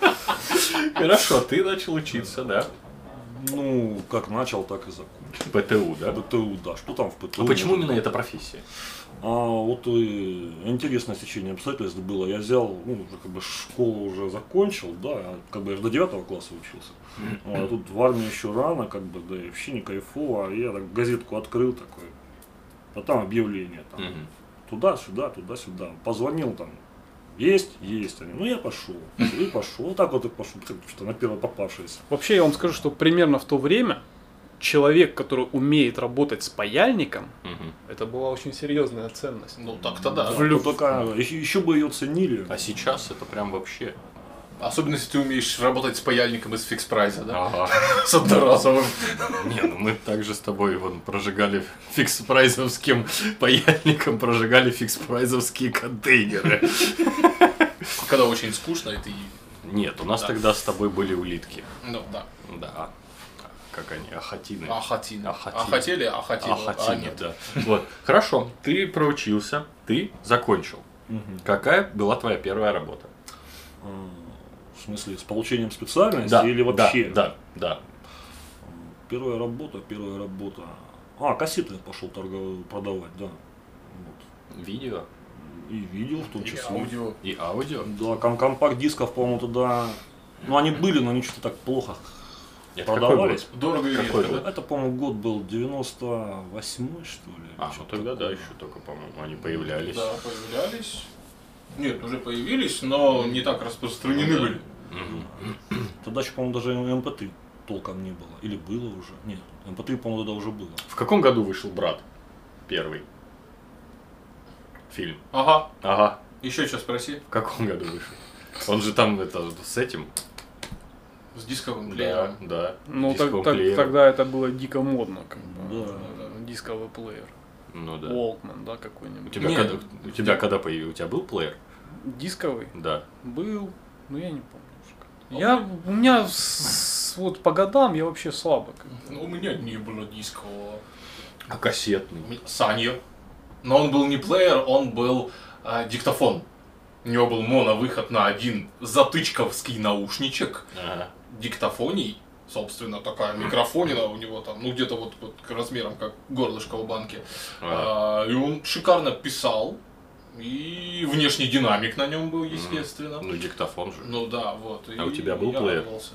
Хорошо, ты начал учиться, да? Ну, как начал, так и закончил. ПТУ, да? ПТУ, да. Что там в ПТУ? А почему может именно эта профессия? А вот и интересное сечение обстоятельств было. Я взял, ну, уже как бы школу уже закончил, да, я как бы я ж до 9 класса учился. Вот, а тут в армии еще рано, как бы, да, и вообще не кайфово. А я так газетку открыл такой, а там объявление, там, Мгм. туда-сюда, туда-сюда. Позвонил там, есть, есть они. Ну, я пошел. И пошел. Вот так вот и пошел, как что на первое попавшееся. Вообще, я вам скажу, что примерно в то время человек, который умеет работать с паяльником, Мгм. это была очень серьезная ценность. Ну так-то да. В люб- Вот такая, еще, еще бы ее ценили. А сейчас это прям вообще... Особенно, если ты умеешь работать с паяльником из фикс-прайза, да? Ага. С одноразовым. Не, ну мы также с тобой вон, прожигали фикс-прайзовским паяльником, прожигали фикс-прайзовские контейнеры. Когда очень скучно, и ты... Нет, у нас Да. тогда с тобой были улитки. Ну да. Да. Как они? Ахатины. А хотели, а Ахатина. хотели, а хотели, а Ахатины, нет. да. Вот. Хорошо. Ты проучился, ты закончил. Мгм. Какая была твоя первая работа? А, В смысле, с получением специальности или да, вообще? Да, да. Первая работа, первая работа. А, кассеты я пошел торговать, продавать, да. Вот. Видео И видео в том И числе. аудио. и аудио. Да, ком- компакт-дисков, по-моему, тогда... Ну, они были, но они что-то так плохо Это продавались. какой Дорого и Какой редко, был? да? Это, по-моему, год был 98 что ли. год? А, ну Чё-то тогда да, такое. еще только, по-моему, они появлялись. Да, появлялись. Нет, уже появились, но не так распространены Ну да. были. Мгм. Тогда еще, по-моему, даже МП3 толком не было. Или было уже? Нет, МП3, по-моему, тогда уже было. В каком году вышел брат? Первый. Фильм. Ага, Ага. еще что спроси. В каком году вышел? Он же там это с этим. С дисковым Да, плеером. да. Ну, так- Дисковым так- плеером. тогда это было дико модно, как бы. Да. э, Дисковый плеер. Ну да. Walkman, да, У какой-нибудь. тебя, Нет. когда, у тебя когда появился? У тебя был плеер? Дисковый Да. был, но я не помню. уже А как. Я, у меня с- вот по годам я вообще слабо. как бы. Ну, у меня не было дискового. А кассетный? У меня- Санью. Но он был не плеер, он был а, диктофон. У него был моновыход на один затычковский наушничек. Ага. диктофоний, собственно, такая микрофонина у него там, ну где-то вот, вот к размерам как горлышко у банки. А, и он шикарно писал, и внешний динамик на нем был, естественно. Ну, диктофон же. Ну да, вот. и А у тебя был я плеер? радовался.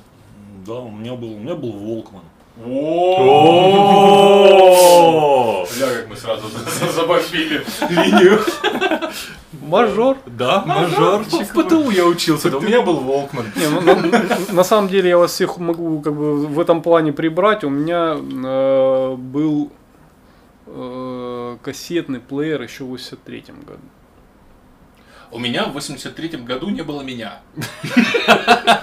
Да, у меня был, у меня был Волкман. О! Бля, как мы сразу забомбили. Мажор. Да, мажорчик. В ПТУ я учился, да у меня был Волкман. Не, ну, на, на самом деле я вас всех могу как бы в этом плане прибрать. У меня э, был э, кассетный плеер еще в 83-м году. У меня в 83-м году не было меня.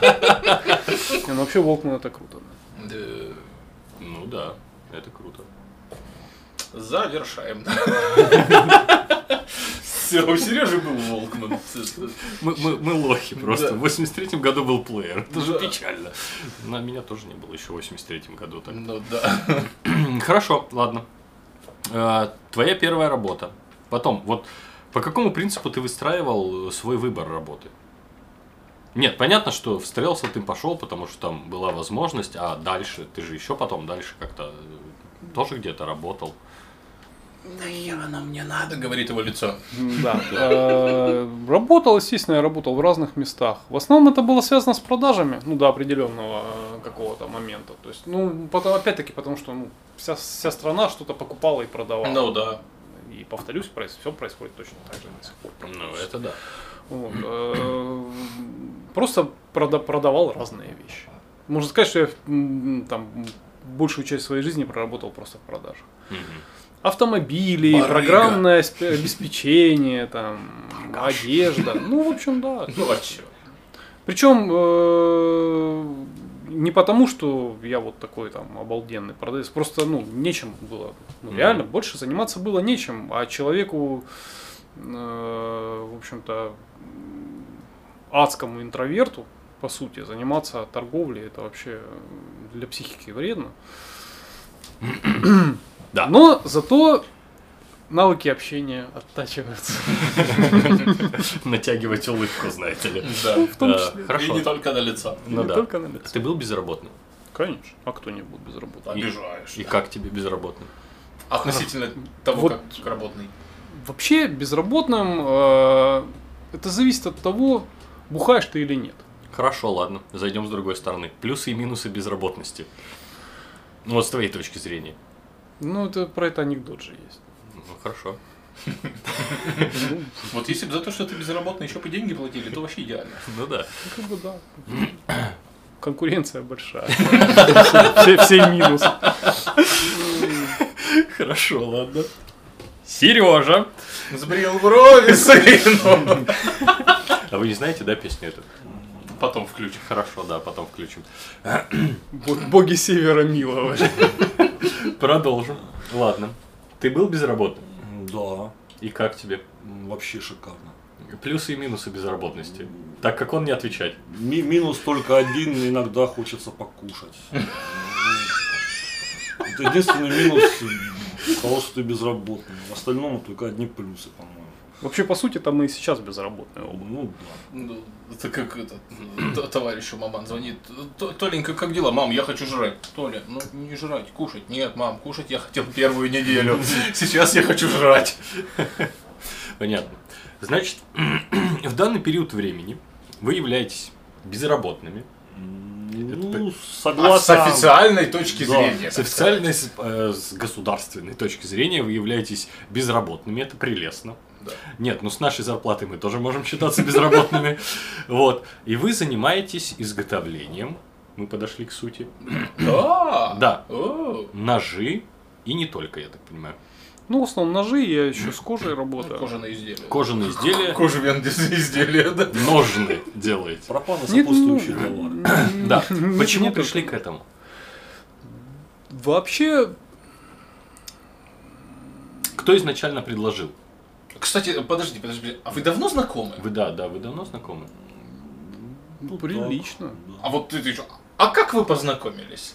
Не, ну, вообще Walkman это круто. да. Ну да, это круто. Завершаем. Все, у Сережи был Волкман. Мы, мы- мы лохи просто. Да. В 83-м году был плеер. Это же Да. печально. На меня тоже не было еще в 83-м году. так. Ну да. Хорошо, ладно. А, Твоя первая работа. Потом, вот по какому принципу ты выстраивал э, свой выбор работы? Нет, понятно, что в Стрелсел ты пошел, потому что там была возможность, а дальше, ты же еще потом дальше как-то э, тоже где-то работал. Нахер оно мне надо, говорит его лицо. Да. Э, Работал, естественно, я работал в разных местах. В основном это было связано с продажами, ну, до определенного э, какого-то момента. То есть, ну, потом, опять-таки, потому что ну, вся, вся страна что-то покупала и продавала. Ну да. И повторюсь, все происходит точно так же до сих пор. Ну, это да. Вот, э, Просто прода- продавал разные вещи. Можно сказать, что я м, там большую часть своей жизни проработал просто в продажах. Автомобили, Барыга. программное спе- обеспечение, там, одежда. Ну, в общем, да. Ну а чё? Причем э, не потому, что я вот такой там обалденный продавец, просто ну нечем было, ну, Мгм. реально больше заниматься было нечем, а человеку, э, в общем-то, м, адскому интроверту по сути заниматься торговлей это вообще э, для психики вредно. Да. Но зато навыки общения оттачиваются. Натягивать улыбку, знаете ли. Да. В том Э, числе. И не Хорошо. только на лицо. Ну не да. только на лицо. Ты был безработным? Конечно. А кто не будет без работы? Обижаешь. И как тебе безработным? Относительно того, Вот. как работный. Вообще безработным э, это зависит от того, бухаешь ты или нет. Хорошо, ладно, зайдем с другой стороны. Плюсы и минусы безработности. Ну, вот с твоей точки зрения. Ну, это про это анекдот же есть. Ну, хорошо. Ну, Вот если бы за то, что ты безработный, еще бы деньги платили, то вообще идеально. Ну да. как бы да. Конкуренция большая. Все, все минусы. Хорошо, ладно. Сережа! Сбрил брови, сын. А вы не знаете, да, песню эту? Потом включим. Хорошо, да, потом включим. Бо- Боги севера милого. Продолжим. Ладно. Ты был безработным? Да, И как тебе? м, вообще шикарно. Плюсы и минусы безработности. Так как он не отвечать. Ми- минус только один, иногда хочется покушать. Это единственный минус того, что ты безработный. В остальном только одни плюсы, по-моему. Вообще, по сути, там мы и сейчас безработные оба. Ну да. Ну, Это как этот т- товарищу маман звонит. «Т- Толенька, как дела? Мам, я хочу жрать. Толя, ну не жрать, кушать. Нет, мам, кушать я хотел первую неделю. Сейчас я хочу жрать. Понятно. Значит, в данный период времени вы являетесь безработными. Ну, А с согласен. официальной точки Да, зрения. С официальной, с, э, с государственной точки зрения вы являетесь безработными, это прелестно. Да. Нет, ну с нашей зарплатой мы тоже можем считаться безработными. Вот. И вы занимаетесь изготовлением, мы подошли к сути, Да. Да. О. ножи и не только, я так понимаю. Ну, в основном ножи, я еще с кожей работаю. Кожаное изделие. Кожаные изделия, Кожевен изделия, да. ножны делаете. Пропан и Нет, ну, сопутствующие товары. Да. Нет, Почему нет, пришли это- к этому? Вообще, Кто изначально предложил? Кстати, подожди, подожди, а вы давно знакомы? Вы да, да, вы давно знакомы? ну, прилично. А вот ты, ты чё? А как вы познакомились?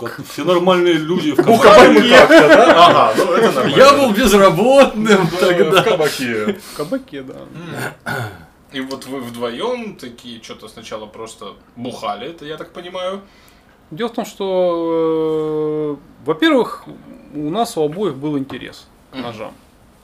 Как все нормальные люди в Ну, Ага, ну это Я был безработным Э, тогда. кабаке. В кабаке, да. И вот вы вдвоем такие что-то сначала просто бухали, это я так понимаю. Дело в том, что, э, во-первых, у нас у обоих был интерес к Мгм. ножам.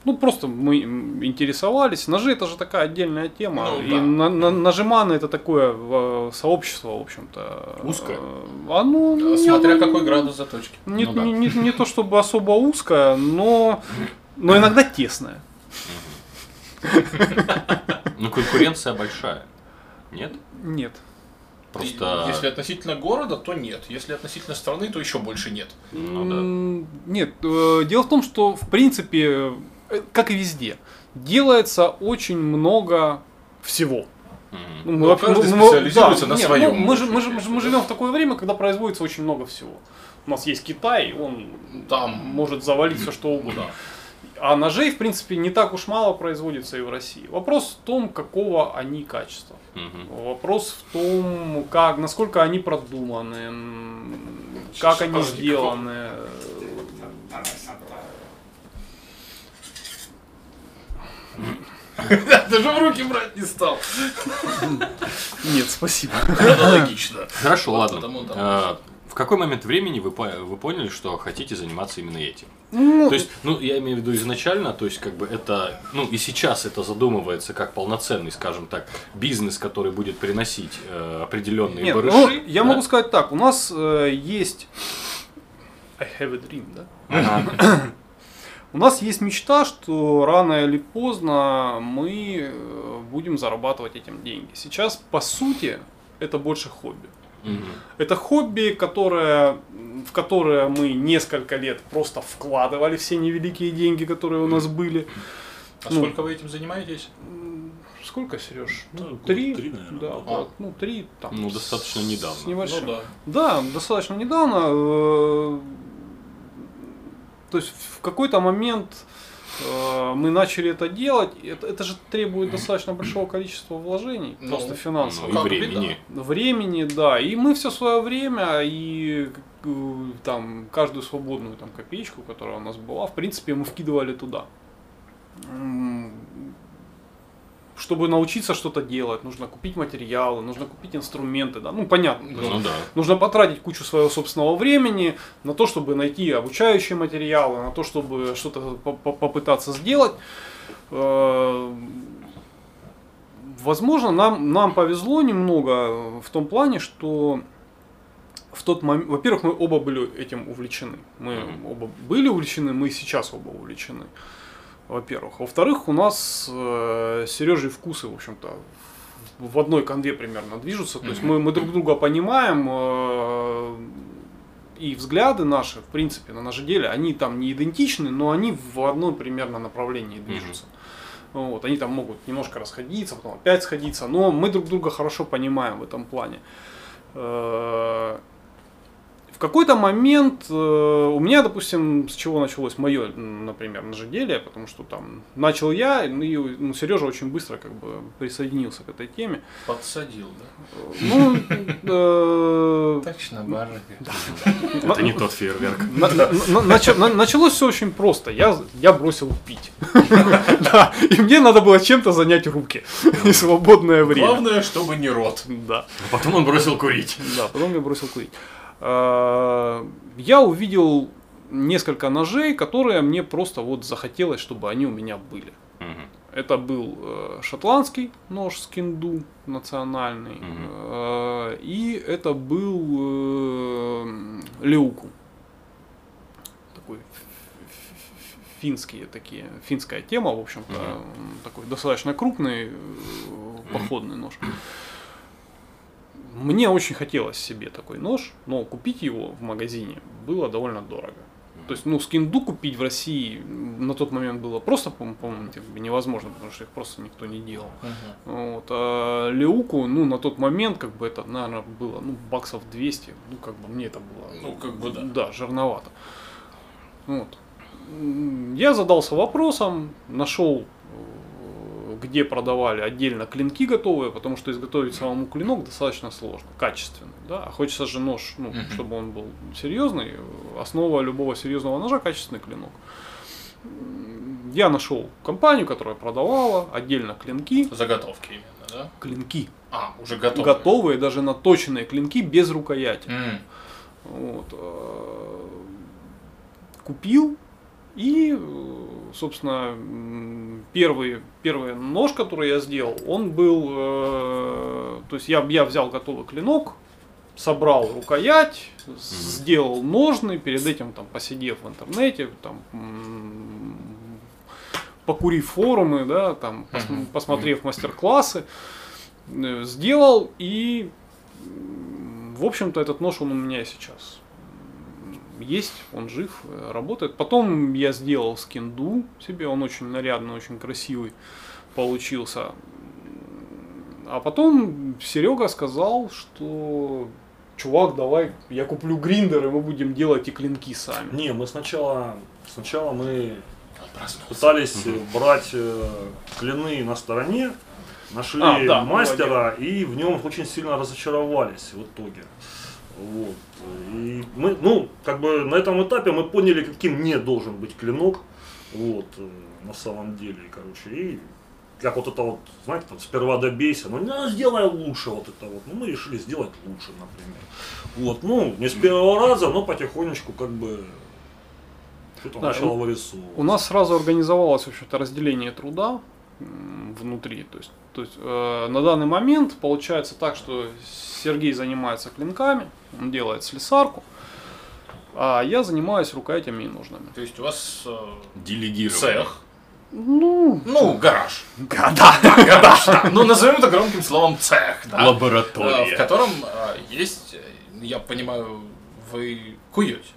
Ну, просто мы им интересовались. Ножи это же такая отдельная тема. Ну, и да. на- на- ножеманы это такое э, сообщество, в общем-то. Узкое? Э, Оно, не- А Смотря оно какой градус заточки. Не, Ну да. не- не- не то чтобы особо узкое, но, но иногда тесное. Ну, конкуренция большая. Нет? Нет. Просто... И Если относительно города, то нет. Если относительно страны, то еще больше нет. Ну да. М, Нет, э, дело в том, что в принципе, э, как и везде, делается очень много всего. Мгм. Ну, Ну, каждый специализируется на своём, ну, мы, же- в мы же- мы общем-то, же- мы да. живем в такое время, когда производится очень много всего. У нас есть Китай, он Там. может завалить все что угодно. Да. А ножей, в принципе, не так уж мало производится и в России. Вопрос в том, какого они качества. Мгм. Вопрос в том, как, насколько они продуманы, м, как они Подожди, сделаны. Даже в руки брать не стал. Нет, спасибо. Это логично. Хорошо, потому ладно. там. А, В какой момент времени вы, по- вы поняли, что хотите заниматься именно этим? Ну, То есть, ну, я имею в виду изначально, то есть, как бы это, ну, и сейчас это задумывается как полноценный, скажем так, бизнес, который будет приносить э, определенные нет, барыши. ну, я да? могу сказать так, у нас э, есть... I have a dream, да? Ага. У нас есть мечта, что рано или поздно мы э, будем зарабатывать этим деньги. Сейчас, по сути, это больше хобби. Мгм. Это хобби, которое, м, в которое мы несколько лет просто вкладывали все невеликие деньги, которые у нас были. А Ну. сколько вы этим занимаетесь? М, Сколько, Сереж? Ну, года три? три, наверное, Да, да. вот, ну, три там. Ну, с- достаточно с недавно. небольшим. Ну да. Да, достаточно недавно. э, То есть в какой-то момент э, мы начали это делать. и Это, это же требует достаточно большого количества вложений, Ну, просто Ну, финансово. и Как времени. Времени, да. И мы все свое время и э, там каждую свободную там копеечку, которая у нас была, в принципе, мы вкидывали туда. М, Чтобы научиться что-то делать, нужно купить материалы, нужно купить инструменты, да. Ну, понятно. то есть Ну да. Нужно потратить кучу своего собственного времени на то, чтобы найти обучающие материалы, на то, чтобы что-то по- по- попытаться сделать. Э, Возможно, нам, нам повезло немного в том плане, что в тот момент, во-первых, мы оба были этим увлечены. Мы Мгм. оба были увлечены, мы и сейчас оба увлечены. Во-первых. Во-вторых, у нас э, с Сережей вкусы, в общем-то, в одной конве примерно движутся. То есть мы, мы друг друга понимаем, э, и взгляды наши, в принципе, на наше деле, они там не идентичны, но они в одном примерно направлении движутся. Вот, они там могут немножко расходиться, потом опять сходиться, но мы друг друга хорошо понимаем в этом плане. Э, В какой-то момент э, у меня, допустим, с чего началось мое, например, ножеделие, потому что там начал я, и ну, Сережа очень быстро как бы присоединился к этой теме. Подсадил, да? Ну, э, Точно, барыги. Это не тот фейерверк. на- на- на- нач- на- началось все очень просто. Я, я бросил пить. Да, и мне надо было чем-то занять руки и свободное время. Главное, чтобы не рот. Да, А потом он бросил курить. да, потом я бросил курить. Э, Я увидел несколько ножей, которые мне просто вот захотелось, чтобы они у меня были. Мгм. Это был э, шотландский нож скинду национальный. Мгм. Э, и это был э, леуку. Такой ф- ф- финские такие, финская тема, в общем-то, Мгм. м, такой достаточно крупный э, походный нож. Мне очень хотелось себе такой нож, но купить его в магазине было довольно дорого. Мгм. То есть, ну, скинду купить в России на тот момент было просто, по-моему, по-моему, как бы невозможно, потому что их просто никто не делал. Вот. А Леуку, ну, на тот момент, как бы это, наверное, было, ну, баксов 200, ну, как бы мне это было. Ну, как бы да. Да, жирновато. Вот. М, Я задался вопросом, нашел, э, где продавали отдельно клинки готовые, потому что изготовить самому клинок достаточно сложно, качественный. Да? А хочется же нож, ну, Мгм. чтобы он был серьезный. Основа любого серьезного ножа качественный клинок. М, Я нашел компанию, которая продавала отдельно клинки. Заготовки именно, да? Клинки. А, уже готовы. Готовые, даже наточенные клинки без рукояти. М. Вот. э, Купил и, э, собственно, м, первый, первый нож, который я сделал, он был, э, то есть я, я взял готовый клинок, собрал рукоять, сделал ножны, перед этим там посидев в интернете, там м, покурив форумы, да, там пос- Мгм. посмотрев мастер-классы, э, сделал и, м, в общем-то, этот нож он у меня и сейчас М, есть, он жив, э, работает. Потом я сделал скинду себе, он очень нарядный, очень красивый получился. А потом Серега сказал, что чувак, давай, я куплю гриндер, и мы будем делать и клинки сами. Не, мы сначала, сначала мы Он проснулся. пытались э, брать э, клины на стороне, нашли А, да, мастера и в нем очень сильно разочаровались в итоге. Вот. И мы, ну, как бы на этом этапе мы поняли, каким не должен быть клинок. Вот, э, на самом деле, короче, и как вот это вот, знаете, там, сперва добейся, ну, «Ну, сделай лучше вот это вот. Ну, мы решили сделать лучше, например. Вот, ну, не с первого раза, но потихонечку как бы что-то Да, начало у- вырисовываться. У нас сразу организовалось, в общем-то, разделение труда м, внутри. То есть, то есть э, на данный момент получается так, что Сергей занимается клинками, он делает слесарку, а я занимаюсь рукоятями и ножными. То есть у вас э, Делегировать. цех. Ну, Ну, гараж. да. Да, гараж, да. Ну, назовем это громким словом цех, да. Э, В Лаборатория. котором э, есть, э, я понимаю, вы куете.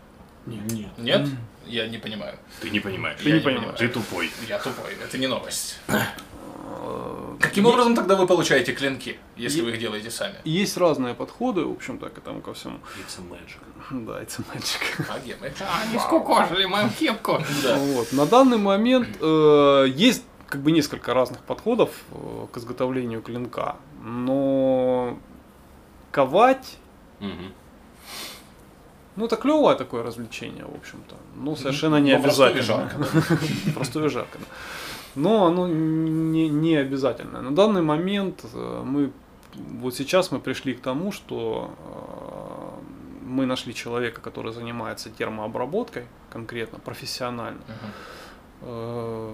Нет. Нет? Я не понимаю. Ты не понимаешь. Ты Я не не понимаешь. Ты тупой. Я тупой, это не новость. Э, Каким образом тогда вы получаете клинки, если вы их делаете сами? Есть разные подходы, в общем-то, к этому ко всему. It's a magic. Да, это мальчик. Магия, мэджик. А, Они скукожили мою кепку. Да. Вот. На данный момент э, есть как бы несколько разных подходов э, к изготовлению клинка, но ковать, ну это клевое такое развлечение, в общем-то, ну совершенно не Ну, простую обязательно. жарко, Простую жарко. да. Но оно не, не обязательно. На данный момент э, мы вот сейчас мы пришли к тому, что э, мы нашли человека, который занимается термообработкой конкретно, профессионально. Мгм. Э,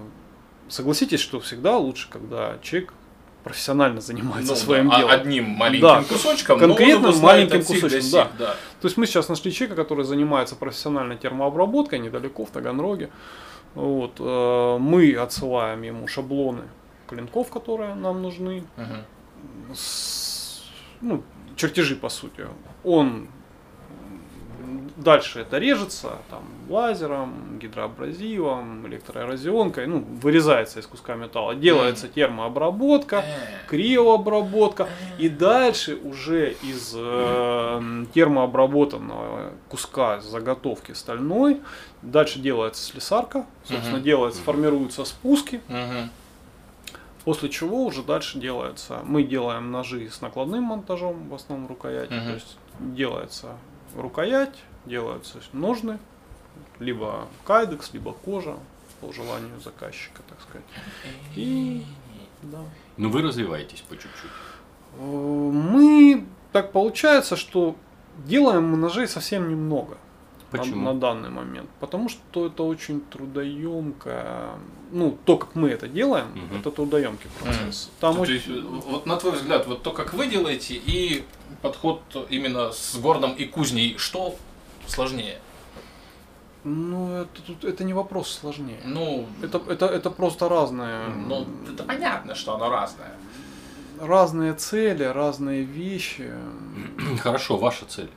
Согласитесь, что всегда лучше, когда человек профессионально занимается Ну, своим да, а- делом. Одним маленьким Да. кусочком. конкретным но он его знает маленьким от сих до кусочком, сих, да. да. То есть мы сейчас нашли человека, который занимается профессиональной термообработкой недалеко, в Таганроге. Вот, э, мы отсылаем ему шаблоны клинков, которые нам нужны, Мгм. с- ну, чертежи по сути. Он м, дальше это режется там лазером, гидроабразивом, электроэрозионкой, ну вырезается из куска металла, делается термообработка, Э, криообработка и дальше уже из э, термообработанного куска заготовки стальной дальше делается слесарка, собственно Мгм. делается, формируются спуски, мгм. После чего уже дальше делается. Мы делаем ножи с накладным монтажом в основном рукояти. Мгм. То есть делается рукоять, делаются ножны, либо кайдекс, либо кожа по желанию заказчика, так сказать. И да. Ну вы развиваетесь по чуть-чуть. Э, Мы так получается, что делаем мы ножей совсем немного. на- Почему? на данный момент. Потому что это очень трудоемко. Ну, то, как мы это делаем, Мгм. это трудоемкий процесс. Там То очень- есть, вот на твой взгляд, вот то, как вы делаете, и подход именно с городом и кузней, что сложнее? Ну, это, тут, это не вопрос сложнее. Ну, Это, это, это просто разные, ну, это понятно, что оно разное. разные цели, разные вещи. Хорошо, ваша цель.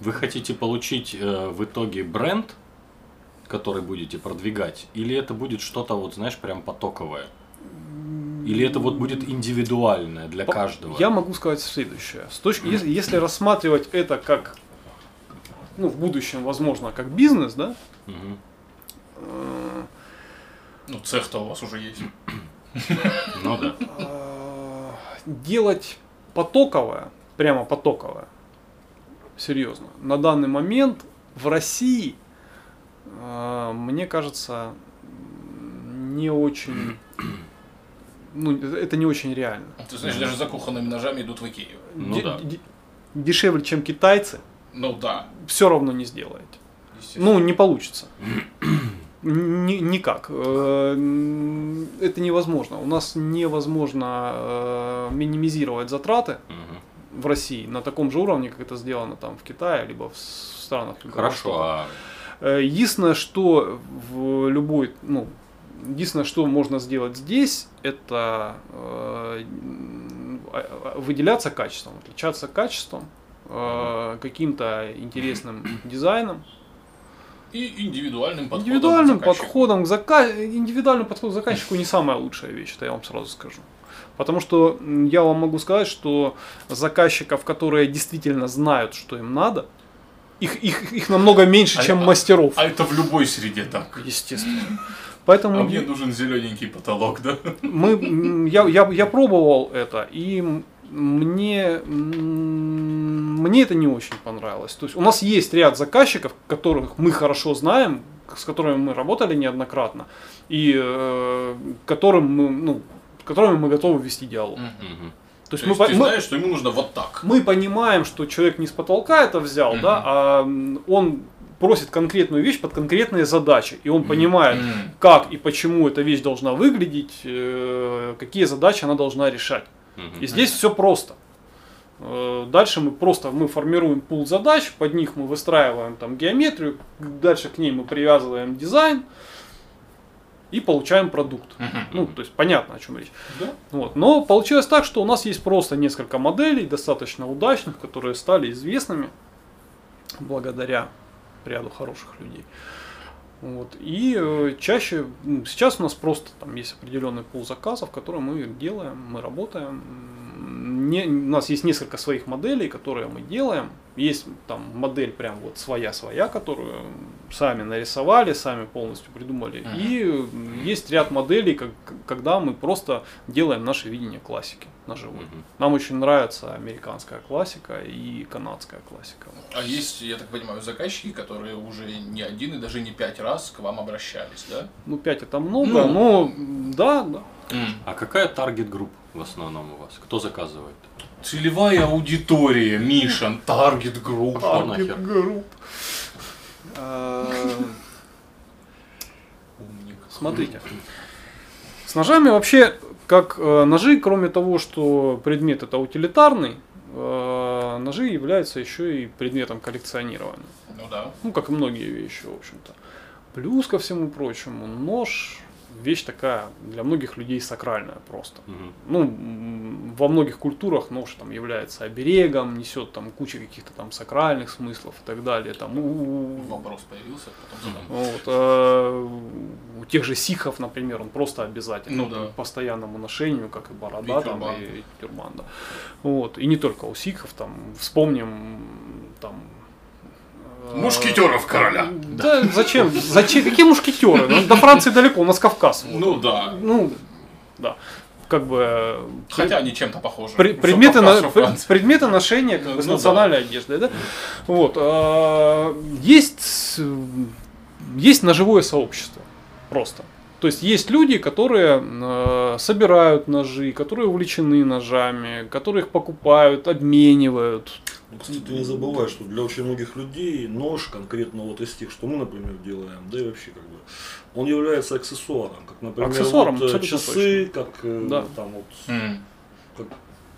Вы хотите получить э, в итоге бренд, который будете продвигать, или это будет что-то, вот знаешь, прям потоковое? Или это вот будет индивидуальное для По- каждого? Я могу сказать следующее. С точки, если, если рассматривать это как, ну, в будущем, возможно, как бизнес, да, Мгм. э, Ну, цех-то у вас уже есть. Ну да. э, делать потоковое, прямо потоковое, серьезно, на данный момент в России, э, мне кажется, м, не очень, ну, это не очень реально. Ты знаешь, даже за кухонными ножами идут в Икею. Ну Де- да. де- Дешевле, чем китайцы, Ну да, все равно не сделаете. естественно. Ну, не получится. Ни- никак. Э, м, Это невозможно. У нас невозможно э, минимизировать затраты Мгм. в России на таком же уровне, как это сделано там в Китае, либо в с- странах. Юго-Востока. Хорошо, а Э, Единственное, что в любой, ну, единственное, что можно сделать здесь, это э, м, а- а- выделяться качеством, отличаться качеством, э, каким-то интересным дизайном, И индивидуальным подходом. индивидуальным к заказчику. подходом к зака... индивидуальный подход к заказчику не самая лучшая вещь, это я вам сразу скажу. Потому что м, я вам могу сказать, что заказчиков, которые действительно знают, что им надо, их, их, их намного меньше, А- чем а- мастеров. А это в любой среде так. Естественно. А Поэтому мне нужен зелененький потолок, да? мы, м, я, я, я пробовал это, и м, мне, м, мне это не очень понравилось. То есть у нас есть ряд заказчиков, которых мы хорошо знаем, с которыми мы работали неоднократно, и э, которым мы, ну, с которыми мы готовы вести диалог. Мгм. мгм. То есть, То мы, есть по- ты мы- знаешь, что ему нужно вот так. мы понимаем, что человек не с потолка это взял, Мгм. да, а м, он просит конкретную вещь под конкретные задачи, и он понимает, М. как и почему эта вещь должна выглядеть, э, какие задачи она должна решать. Мгм. И здесь все просто. Э, Дальше мы просто мы формируем пул задач, под них мы выстраиваем там геометрию, дальше к ней мы привязываем дизайн и получаем продукт. Мгм. Ну, то есть понятно, о чем речь. Да. Вот. Но получилось так, что у нас есть просто несколько моделей, достаточно удачных, которые стали известными благодаря ряду хороших людей. Вот. И э, чаще, м, сейчас у нас просто там есть определенный пул заказов, которые мы делаем, мы работаем. М, не- у нас есть несколько своих моделей, которые мы делаем. Есть там модель прям вот своя-своя, которую сами нарисовали, сами полностью придумали. Ага. И э, есть ряд моделей, как- когда мы просто делаем наше видение классики на живую. Мгм. Нам очень нравится американская классика и канадская классика. А есть, я так понимаю, заказчики, которые уже не один и даже не пять раз к вам обращались, да? Ну, 5 это много, Ну. но м, да, да. А какая таргет групп в основном у вас? Кто заказывает? Целевая аудитория, Мишан, таргет группа. А, ну. Что нахер? Э, Умник. Смотрите. С ножами вообще, как э, ножи, кроме того, что предмет это утилитарный, э, ножи являются еще и предметом коллекционирования. Ну да. Ну, как и многие вещи, в общем-то. Плюс ко всему прочему, нож вещь такая для многих людей сакральная просто. Мгм. ну, м, во многих культурах нож там является оберегом, несет там кучу каких-то там сакральных смыслов и так далее. Там, у, у- Вопрос появился, потом задам. вот, э, у тех же сихов, например, он просто обязательно Ну да. к постоянному ношению, как и борода И там, тюрбан. и, тюрбан. Да. Вот. И не только у сикхов, там, вспомним там э, Мушкетеров короля. Да, зачем? Зачем? Какие мушкетеры? Ну, До Франции далеко, у нас Кавказ. Вот. Ну да. Ну, да. Как бы э, Хотя они чем-то похожи. Пре- Что предметы, Кавказ, на- что пре- Франция. предметы ношения как бы, с Ну да. национальной одеждой, да? Вот. а, Есть, с- есть ножевое сообщество. Просто. То есть есть люди, которые э, собирают ножи, которые увлечены ножами, которые их покупают, обменивают. Ну, кстати, ты не забывай, что для очень многих людей нож, конкретно вот из тех, что мы, например, делаем, да и вообще как бы, он является аксессуаром, как, например, Аксессуаром, вот, э, абсолютно часы, как э, Да. там вот, М. как,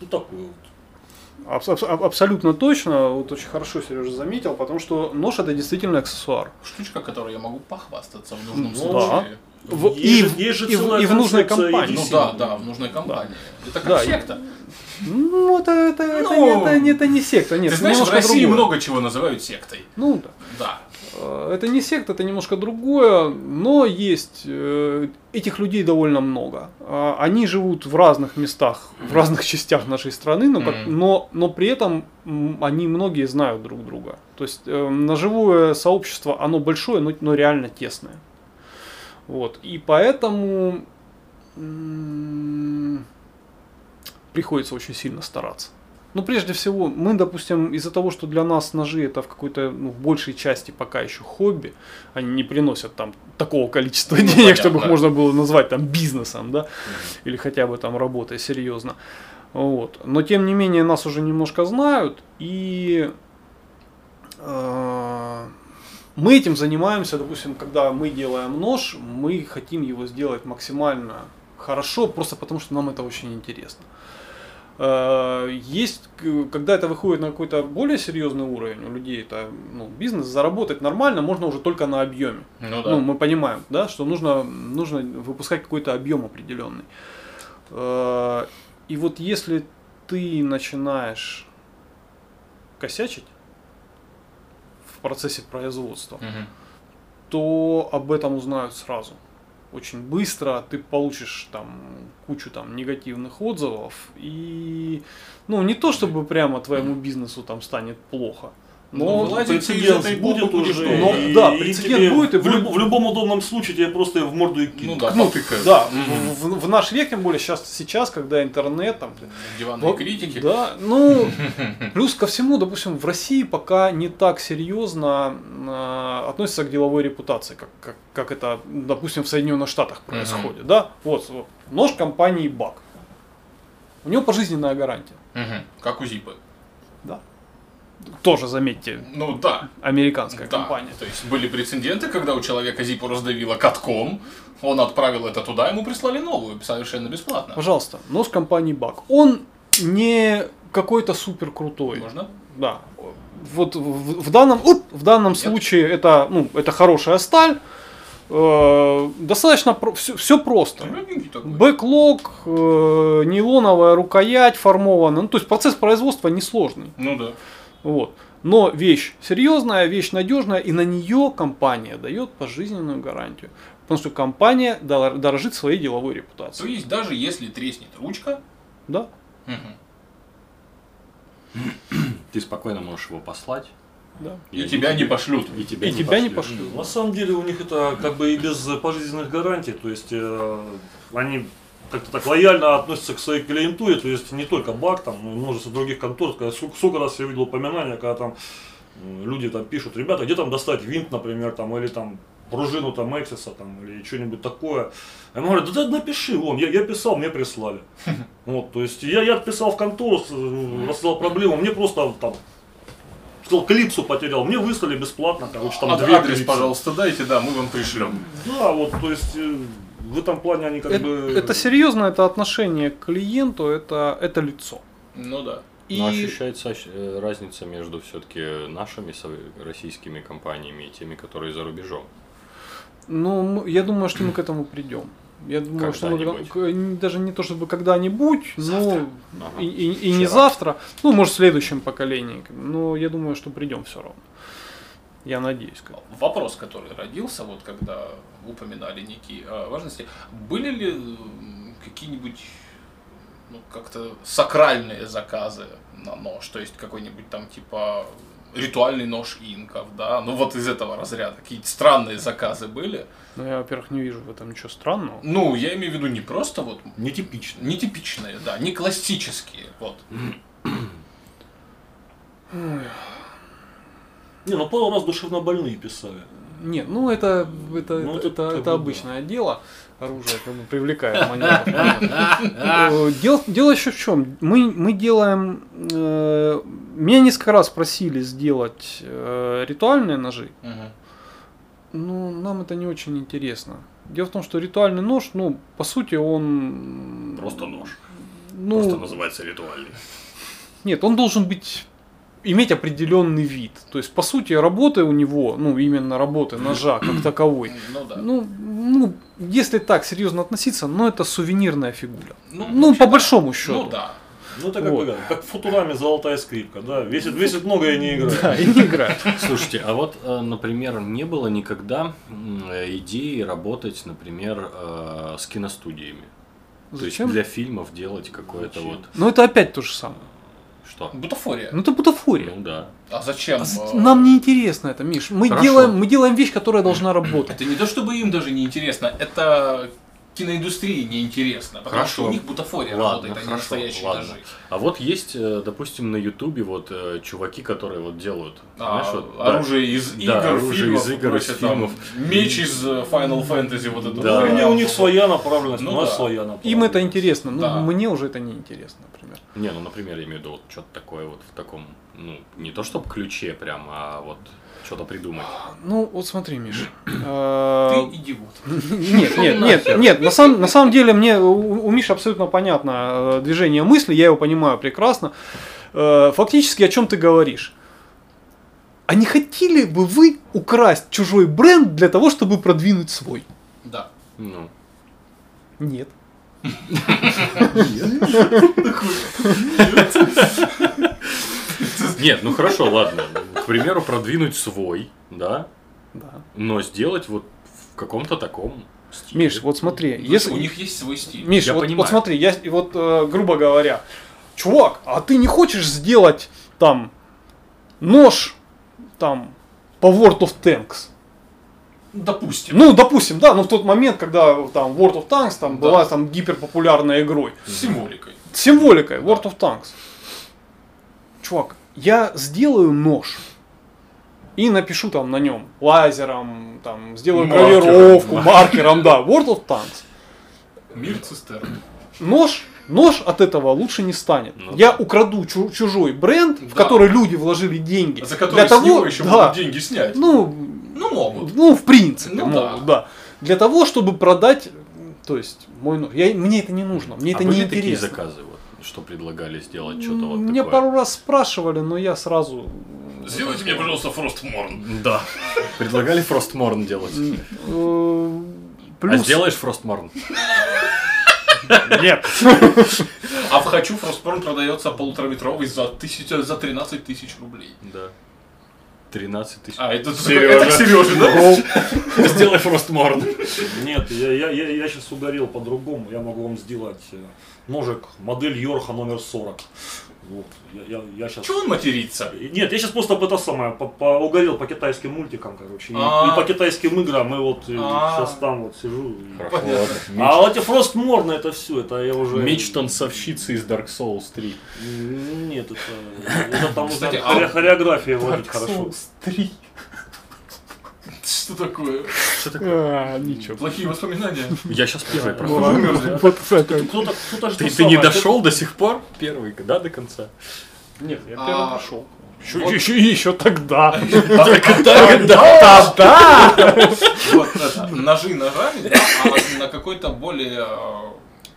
ну такое вот. Абс- абс- аб- абсолютно точно, вот очень хорошо Сережа заметил, потому что нож это действительно аксессуар. Штучка, которой я могу похвастаться в нужном Ну, случае. В- Есть и, же- в- есть же и в- целая и в нужной концепция компании. идей. Ну да, да, в нужной компании. Это как Да, и- секта. Ну, это, это, это, Ну, это не- это не секта, нет. Ты это знаешь, в немножко России другое. много чего называют сектой. Ну, да. Да. Э, Это не секта, это немножко другое, но есть э, этих людей довольно много. А, Они живут в разных местах, в разных частях нашей страны, но, как- Мгм. но, но при этом м, они многие знают друг друга. То есть э, ножевое сообщество, оно большое, но, но реально тесное. Вот. И поэтому м, приходится очень сильно стараться. Ну, прежде всего, мы, допустим, из-за того, что для нас ножи это в какой-то, ну, в большей части пока еще хобби, они не приносят там такого количества денег, понятно. чтобы их можно было назвать там бизнесом, да, или хотя бы там работой серьезно. Вот. Но, тем не менее, нас уже немножко знают, и э, мы этим занимаемся, допустим, когда мы делаем нож, мы хотим его сделать максимально хорошо, просто потому что нам это очень интересно. Э, Есть, к- когда это выходит на какой-то более серьезный уровень у людей, это ну, бизнес, заработать нормально можно уже только на объеме. Ну Ну, мы понимаем, да, что нужно, нужно выпускать какой-то объем определенный. Э, И вот если ты начинаешь косячить в процессе производства, Мгм. то об этом узнают сразу. Очень быстро ты получишь там кучу там негативных отзывов и ну не то чтобы прямо твоему бизнесу там станет плохо, Ну, но вылазь- Прецедент Ты из этой будет бубы будешь уже. дома. и- Ну, да, и прецедент тебе будет, и в, будет. люб- в любом удобном случае тебе просто в морду и Ну кинут. да, потыкают. да Мгм. в, в- в наш век тем более сейчас сейчас когда интернет там Диванные Вот, критики. Да, ну, плюс ко всему, допустим, в России пока не так серьезно э, относятся к деловой репутации, как, как, как это, допустим, в Соединенных Штатах происходит. Да? Вот, вот, нож компании БАК. У него пожизненная гарантия. Мгм. Как у Зипы. Тоже, заметьте, Ну да. американская да. компания. То есть были прецеденты, когда у человека Зипу раздавило катком, он отправил это туда, ему прислали новую совершенно бесплатно. Пожалуйста, нож компании БАК. Он не какой-то супер крутой. Можно? Да. Вот в, в данном, оп, в данном случае это, ну, это хорошая сталь. Э, достаточно все, просто. Легенький такой. Бэклог, э, нейлоновая рукоять формована. Ну, то есть процесс производства несложный. Ну да. Вот. Но вещь серьезная, вещь надежная, и на нее компания дает пожизненную гарантию. Потому что компания дор- дорожит своей деловой То репутацией. есть даже если треснет ручка, Да? мгм, Ты спокойно можешь его послать. Да. и тебя не пошлют. И тебя, И тебя не пошлют. пошлют. На самом деле у них это как бы и без пожизненных гарантий, то есть э, они как-то так лояльно относятся к своей клиентуре, то есть не только БАК, там, но и множество других контор, когда су- сколько раз я видел упоминания, когда там м, люди там пишут, ребята, где там достать винт, например, там, или там пружину там Эксиса там, или что-нибудь такое. Я ему говорю, да, да напиши, вон, я, я писал, мне прислали. Вот, то есть я, я отписал в контору, с- э, рассказал проблему, мне просто там сказал, клипсу потерял, мне выслали бесплатно, короче, там А- две адрес, клипсы. пожалуйста, дайте, да, мы вам пришлем. Да, вот, то есть э, в этом плане они как это, бы... Э, это серьезно, это отношение к клиенту, это, это лицо. Ну да. И- Но ощущается ощ- э, разница между все-таки нашими сов- российскими компаниями и теми, которые за рубежом. Ну, мы- я думаю, что мы к этому придем. Я думаю, что мы Когда-нибудь. к- не- даже не то чтобы когда-нибудь, но Ага. и, и- и не Вчера. завтра, ну, может, в следующем поколении. Но я думаю, что придем все равно. Я надеюсь. как- Вопрос, который родился, вот когда упоминали некие э, важности, были ли м, какие-нибудь ну, как-то сакральные заказы на нож, то есть какой-нибудь там типа ритуальный нож инков, да, ну вот из этого разряда какие-то странные заказы были. Но я, во-первых, не вижу в этом ничего странного. Ну, я имею в виду не просто вот Нетипично. нетипичные, да, не классические, вот. Не, ну пару раз душевно больные писали. Не, ну это, это, Ну, это, это это, как это бы обычное дело. Оружие как бы привлекает маньяков. Э, Дело, дело еще в чем? Мы, мы делаем... э, меня несколько раз просили сделать э, ритуальные ножи. Мгм. Ну, нам это не очень интересно. Дело в том, что ритуальный нож, ну, по сути, он... Просто нож. Ну, Просто называется ритуальный. Нет, он должен быть иметь определенный вид. То есть, по сути, работы у него, ну, именно работы ножа как таковой, Ну да. ну, ну, если так серьезно относиться, ну, это сувенирная фигура. Ну, Ну, вообще по да. большому счету. Ну да. Ну это как, Вот. Ну, это, как в Футураме золотая скрипка, да. Весит, весит много и не играет. Да, и не играет. Слушайте, а вот, э, например, не было никогда м, э, идеи работать, например, э, с киностудиями. То Зачем? есть для фильмов делать какое-то Зачем? вот Ну, это опять то же самое. что. Бутафория. Ну, это бутафория. Ну да. А зачем? А за- э, Нам не интересно это, Миш. Мы Хорошо. делаем, мы делаем вещь, которая должна работать. Это не то, чтобы им даже не интересно, это киноиндустрии неинтересно, потому Хорошо. что у них бутафория Ладно, работает, а не хорошо, настоящие ладно. ножи. А вот есть, э, допустим, на Ютубе вот э, чуваки, которые вот делают, А, знаешь, вот, да. оружие из Да, игр, оружие фильмов, из игр, из короче, там, фильмов. меч из э, Final Fantasy, вот это. Да. вот. Ну, у них своя направленность, Ну у нас да. своя направленность. Им это интересно. Да. Ну, мне уже это не интересно, например. Не, ну, например, я имею в виду вот что-то такое вот в таком, ну, не то чтобы ключе прям, а вот что-то придумать. Ну, вот смотри, Миш. А, Ты идиот. Э, Нет, нет, нет, нет. На самом, на самом деле мне у, у Миши абсолютно понятно э, движение мысли, я его понимаю прекрасно. Э, Фактически о чем ты говоришь? А не хотели бы вы украсть чужой бренд для того, чтобы продвинуть свой? Да. Ну, Нет. нет, ну хорошо, ладно. К примеру, продвинуть свой, да, Да. но сделать вот в каком-то таком стиле. Миш, вот смотри, Если... если У них есть свой стиль. Миш, Я вот, понимаю. вот смотри, я и вот э, грубо говоря, чувак, а ты не хочешь сделать там нож там по World of Tanks? Допустим. Ну, допустим, да, но в тот момент, когда там World of Tanks там Да. была там гиперпопулярной игрой. С символикой. С символикой World of Tanks. Чувак, я сделаю нож. И напишу там на нем лазером, там, сделаю Маркером. гравировку, маркером, да, World of Tanks. Мир цистерн. Нож, нож от этого лучше не станет. Ну я да. украду чу- чужой бренд, в Да. который люди вложили деньги. За который с него еще да, будут деньги снять. ну, Ну, могут. ну, в принципе, Ну могут, да. да. Для того, чтобы продать, м, то есть, мой нож. Я, мне это не нужно, мне А это были не такие интересно. заказы, вот, что предлагали сделать что-то вот Меня такое? пару раз спрашивали, но я сразу... Сделайте мне, пожалуйста, Фростморн. Да. Предлагали Фростморн делать. э, А Плюс... сделаешь Фростморн? Нет. А в «Хочу» Фростморн продается полутораметровый за, тысячу, за 13 тысяч рублей. Да. 13 тысяч. А, это Серёжа. Это Сережа, да? Сделай Фростморн. Нет, я, сейчас ударил по-другому. Я могу вам сделать э, ножик модель Йорха номер 40. Вот. Я, сейчас... Чего он матерится? Нет, я сейчас просто по это самое, по, по- угорел по китайским мультикам, короче. И, А. и по китайским играм, и вот А. сейчас там вот сижу. и- Хорошо. А вот эти Фростморны это все, это я уже... Меч танцовщицы из Dark Souls 3. Нет, это, это там уже Кстати, а хоре- вот- хореография вводить хорошо. Что такое? А, ничего. Плохие воспоминания. Я сейчас первый Ну, прохожу. Вымерли. Вот такая. Кто-то, кто-то же Ты, Ну, ты то не самое, дошел до сих пор? Первый, да, до конца? Нет, я А. первый пошел. Еще, Вот. тогда. Вот это, ножи ножами, да, а на какой-то более... э,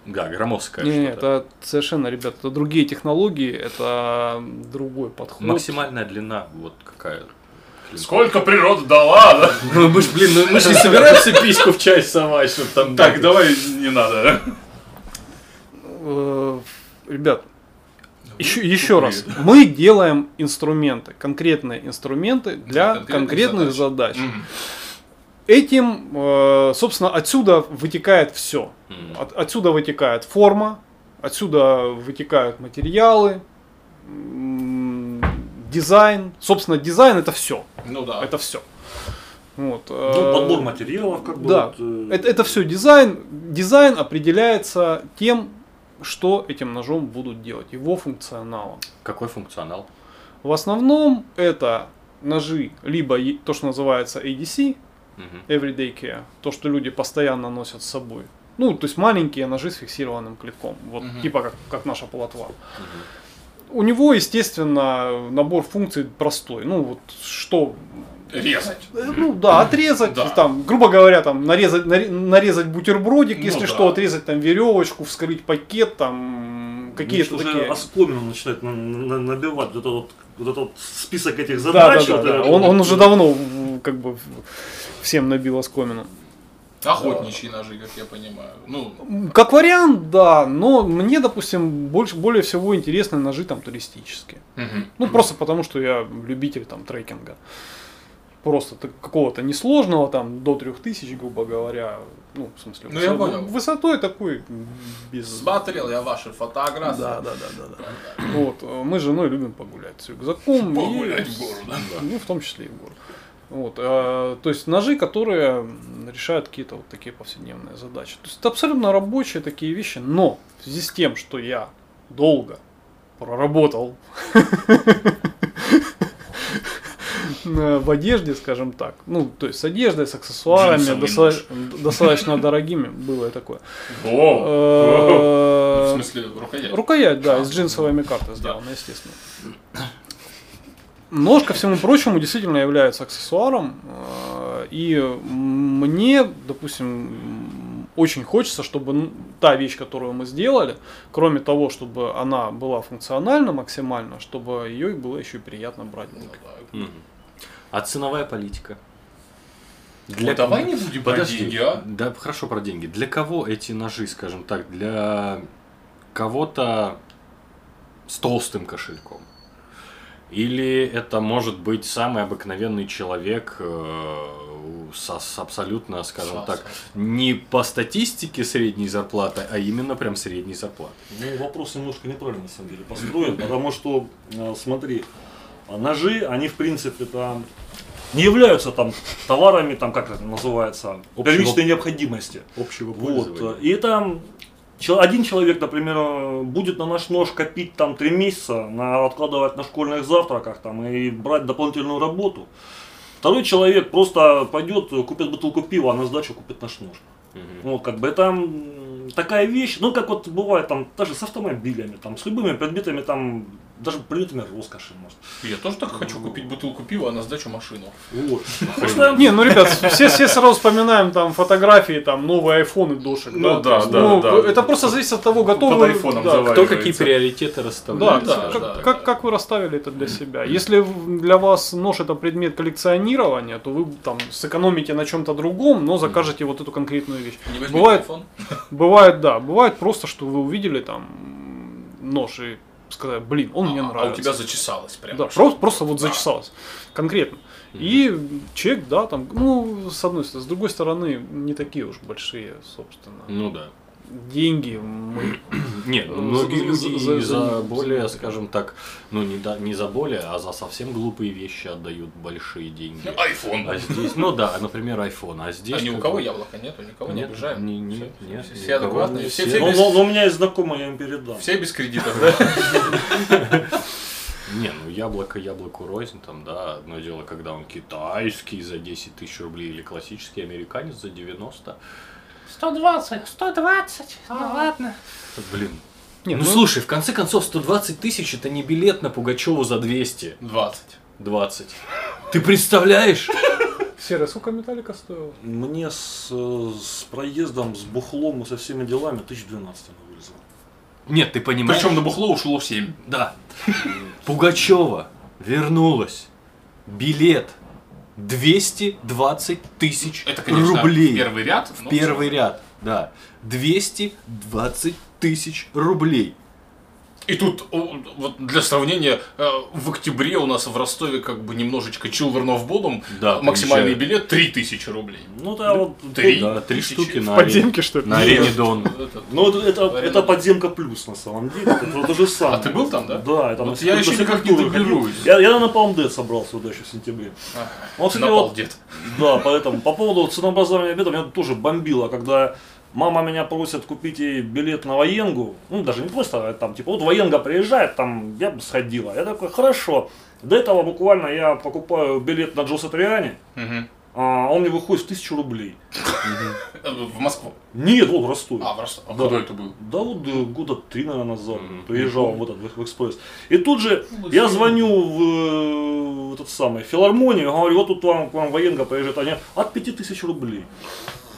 Да, громоздкое Не, что-то. это совершенно, ребят, это другие технологии, это другой подход. Максимальная длина вот какая. Сколько природа дала, да? Ну мы ж, блин, ну мы же не собираемся письку в чай совать, чтобы там... Так, давай не надо. Э, Ребят, еще, еще раз, мы делаем инструменты, конкретные инструменты для Для конкретных конкретных задач. задач. Мгм. Этим, э, собственно, отсюда вытекает все. Мгм. отсюда вытекает форма, отсюда вытекают материалы, м, дизайн. Собственно, дизайн это все. Ну да. Это все. Вот. Ну, э, подбор материалов, как бы. да. вот, э, это, это все дизайн. Дизайн определяется тем, что этим ножом будут делать, его функционалом. Какой функционал? В основном это ножи, либо е- то, что называется ADC, Мгм. Everyday care, то, что люди постоянно носят с собой. Ну, то есть маленькие ножи с фиксированным клетком, вот Мгм. типа как, как наша полотва. У него, естественно, набор функций простой. Ну, вот что Резать. Э, Ну да, отрезать, Да. там, грубо говоря, там нарезать, наре- нарезать бутербродик, Ну если да. что, отрезать там веревочку, вскрыть пакет, там какие-то уже такие... оскомину начинает на- на- набивать вот этот, вот- вот этот вот список этих Да, задач. да, да, вот э, да. этот Он, вот. он уже давно в- как бы в- всем набил оскомину. Охотничьи ножи, как я понимаю. Ну, Как вариант, да, но мне, допустим, больше, более всего интересны ножи там туристические. мгм. Ну, просто потому, что я любитель там трекинга. Просто так- какого-то несложного, там, до 3000, грубо говоря. Ну, в смысле, Ну, я высо- понял. высотой такой м, без... смотрел я ваши фотографии. Да, да, да, да, да. Вот, э, мы с женой любим погулять с рюкзаком. и Погулять с- в гору, да. Ну, в том числе и в гору. Вот, э, то есть ножи, которые м, решают какие-то вот такие повседневные задачи. То есть это абсолютно рабочие такие вещи, но в связи с тем, что я долго проработал на- в одежде, скажем так, ну, то есть с одеждой, с аксессуарами, Джинсом не доста- достаточно дорогими, было и такое. О! Э, В смысле, рукоять. Рукоять, да, из джинсовыми карты сделана, естественно. Нож, ко всему прочему, действительно является аксессуаром. э, И мне, допустим, м, очень хочется, чтобы ну, та вещь, которую мы сделали, кроме того, чтобы она была функциональна максимально, чтобы ее было еще и приятно брать. в Ну, руки. да. Мгм. А ценовая политика? Ну, давай не будем про Подожди. деньги, а? Да, хорошо про деньги. Для кого эти ножи, скажем так, для кого-то с толстым кошельком? Или это может быть самый обыкновенный человек э, у- со- с абсолютно, скажем Со- так, со- не по статистике средней зарплаты, а именно прям средней зарплаты. Ну, вопрос немножко неправильно, на самом деле, построен, потому что, э, смотри, а ножи, они, в принципе, там не являются там товарами, там, как это называется, первичной необходимости. Общего Вот. пользования. И там чел- один человек, например, э, будет на наш нож копить там три месяца, на, откладывать на школьных завтраках там и брать дополнительную работу. Второй человек просто пойдет, э, купит бутылку пива, а на сдачу купит наш нож. Мгм. Вот, как бы там м, такая вещь, ну как вот бывает там даже с автомобилями, там с любыми предметами, там даже предметами роскоши, может. Я тоже так хочу купить бутылку пива, а на сдачу машину. Вот. Не, ну ребят, все, все сразу вспоминаем там фотографии, там новые айфоны дошек. Ну да, То есть, да, ну, да. Это просто зависит от того, готовы. айфоном да, заваривается. Кто какие приоритеты Да, расставляет? Да, как, да, как, да. Как, как вы расставили это для себя? Если в- для вас нож это предмет коллекционирования, то вы там сэкономите на чем-то другом, но закажете вот эту конкретную вещь. Не возьми Бывает, телефон. бывает, да, бывает просто, что вы увидели там м, нож и сказали, блин, Ну, он мне А, нравится. А у тебя зачесалось прям. Да, просто, просто вот зачесалось. Конкретно. И чек, да, там, ну, с одной стороны, с другой стороны, не такие уж большие, собственно. Ну да. Деньги мы Нет, Э, многие за- люди за- и за- за за- более, за- скажем так, ну не, да- не за более, а за совсем глупые вещи отдают большие деньги. Айфон. А здесь, ну да, например, iPhone, а здесь... А ни у как кого бы- яблока нету, никого не Нет, обижаем. Ну, не- не- Все- нет, все- ни Все у кого нет, адекватные, Ну, все все- все Но, без- но- но ну, у меня есть знакомый, я им передам. все без кредитов, да? Не, ну яблоко яблоку рознь, там, да, одно дело, когда он китайский за 10 тысяч рублей или классический американец за 90. 120. 120. Ну ладно. Блин, Не, ну, ну- слушай, в конце концов, 120 тысяч это не билет на Пугачеву за 200. 20. 20. Ты представляешь? Серая, сколько металлика стоила? Мне с, э, с проездом, с бухлом и со всеми делами 1012 она вылезла. Нет, ты понимаешь? Причем на бухло ушло 7. Да. Пугачева вернулась. Билет 220 тысяч Это, конечно, рублей. первый ряд. В но первый ряд, да. 220 тысяч рублей. И тут, о, вот для сравнения, э, в октябре у нас в Ростове как бы немножечко Children of Bodom, А, Да, максимальный приезжают. билет 3000 рублей. Ну да, вот. Три. Да, три тысячи. штуки на, арене, Подземки, что ли? на арене Дон. Это- Ну это, это, Вариант. это подземка плюс на самом деле. Это то же самое. А ты был там, да? Да, я там Вот на я секунду- еще на никак не секунду ходил. доберусь. Я, я на Палмдет собрался вот еще в сентябре. Ага. Ну, кстати, На вот- полдет. Да, поэтому по поводу ценообразования обеда меня тоже бомбило, когда мама меня просит купить ей билет на военгу, ну даже не просто, а там типа вот военга приезжает, там я бы сходила. Я такой, хорошо. До этого буквально я покупаю билет на Джо Сатриани, Мгм. а он мне выходит в тысячу рублей. Э, В Москву. Нет, вот в Ростове. А, в Ростов. А Да. куда это было? Да вот э, года три, наверное, назад Мгм. приезжал вот этот в в экспресс. И тут же Ну, я здесь- звоню в, э, в этот самый, в филармонию, говорю, вот тут вам, к вам военка приезжает, они от 5000 рублей.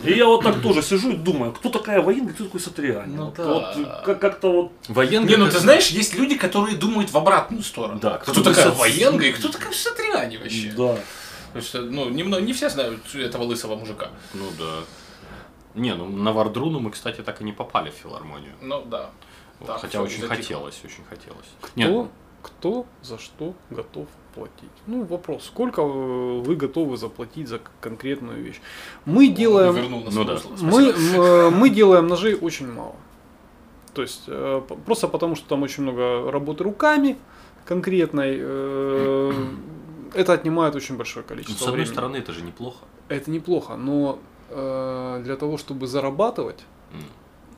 И я вот так тоже сижу и думаю, кто такая военка, кто такой Сатриани. Ну вот, да. вот, как- как-то вот Военный... Не, ну ты знаешь, есть люди, которые думают в обратную сторону. Да, кто, кто такая такой Сат- военга и кто такая Сатриани вообще. Да. Потому что, ну, не, мно- не все знают этого лысого мужика. Ну да. Не, ну на Вардруну мы, кстати, так и не попали в филармонию. Ну да. Вот, Так, хотя всё, очень затихло. хотелось, очень хотелось. Кто, кто за что готов платить? Ну, вопрос, сколько э, вы готовы заплатить за к- конкретную вещь? Мы делаем... Вернул нас Ну в да. прошлое, мы, спасибо. м, э, мы делаем ножей очень мало. То есть, э, п- просто потому, что там очень много работы руками конкретной. э, Это отнимает очень большое Ну, количество с одной времени. стороны, это же неплохо. Это неплохо, но э, для того, чтобы зарабатывать,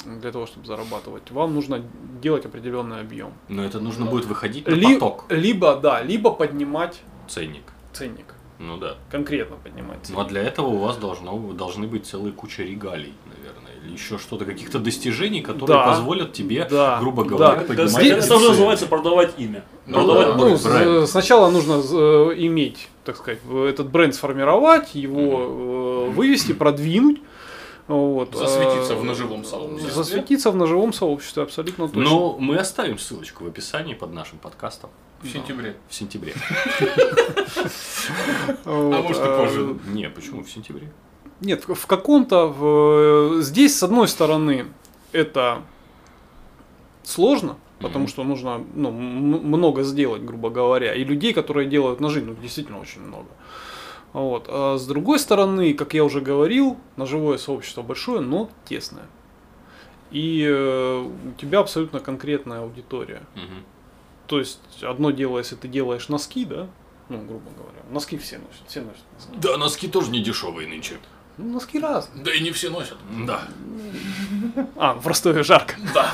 М. для того, чтобы зарабатывать, вам нужно делать определенный объем. Но это нужно будет выходить на Ли- поток либо, да, либо поднимать ценник. ценник. Ну да. Конкретно поднимать Ну а ценник. для этого у вас должно, должны быть целая куча регалий, наверное. Или еще что-то, каких-то достижений, которые Да. позволят тебе, Да. грубо Да. говоря, Это- поднимать здесь- эти это уже цены. называется продавать имя. Ну продавать да. бренд. Ну, с- бренд. сначала нужно э, иметь, так сказать, э, этот бренд сформировать, его э, вывести, продвинуть. Вот. Засветиться Э, в ножевом сообществе. Ну, Засветиться в ножевом сообществе, абсолютно Но точно. Ну, мы оставим ссылочку в описании под нашим подкастом В сентябре. в сентябре. Вот, А может и э, позже. Не, почему в сентябре? Нет, в в каком-то... в- э, Здесь, с одной стороны, это сложно, потому Мгм. что нужно ну, м- много сделать, грубо говоря. И людей, которые делают ножи, ну, действительно очень много. Вот. А с другой стороны, как я уже говорил, ножевое сообщество большое, но тесное. И э, у тебя абсолютно конкретная аудитория. Мгм. То есть, одно дело, если ты делаешь носки, да, ну, грубо говоря, носки все носят, все носят носки. Да, носки тоже не дешевые нынче. Ну, носки разные. Да и не все носят. Да. А, в Ростове жарко. Да.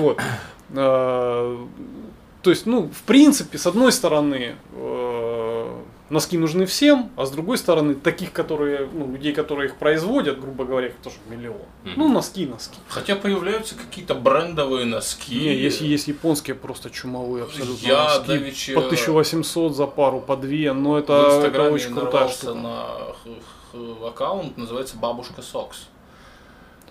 Вот. Э, То есть, ну, в принципе, с одной стороны, э, носки нужны всем, а с другой стороны, таких, которые, ну, людей, которые их производят, грубо говоря, их тоже миллион. Мгм. Ну, носки, носки. Хотя появляются какие-то брендовые носки. Не, есть, есть японские просто чумовые абсолютно Я носки. давеча По 1800 за пару, по две, но в это, это Инстаграме очень крутая нарвался штука. на х- х- аккаунт, называется Бабушка Сокс.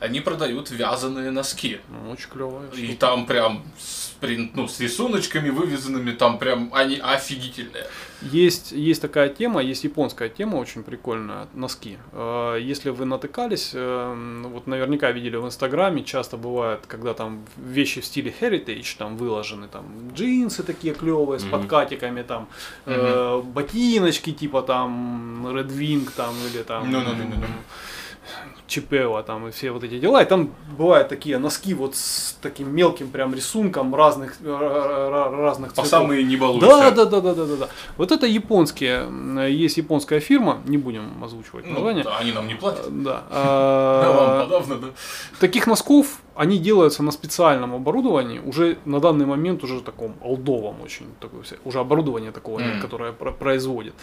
Они продают вязаные носки. Ну, Очень клевая И штука. там прям с, прин- ну, с рисуночками вывязанными, там прям они офигительные. Есть, есть такая тема, есть японская тема очень прикольная, носки. Э, Если вы натыкались, эм, вот наверняка видели в Инстаграме, часто бывает, когда там вещи в стиле heritage, там выложены там джинсы такие клевые с Мгм. подкатиками, там э, ботиночки типа там Red Wing там или там Ну-ну-ну-ну-ну. Чипева там и все вот эти дела. И там бывают такие носки вот с таким мелким прям рисунком разных, э, ра- ра- ра- разных По цветов. самые не Да, да, да, да, да, да, да. Вот это японские, м, есть японская фирма, не будем озвучивать название. Ну, они нам не Э, платят. Да. Да, Ну, А, вам подавно, да. Таких носков они делаются на специальном оборудовании, уже на данный момент уже таком олдовом очень, такое вся- уже оборудование такого нет, Мгм. которое про- производит.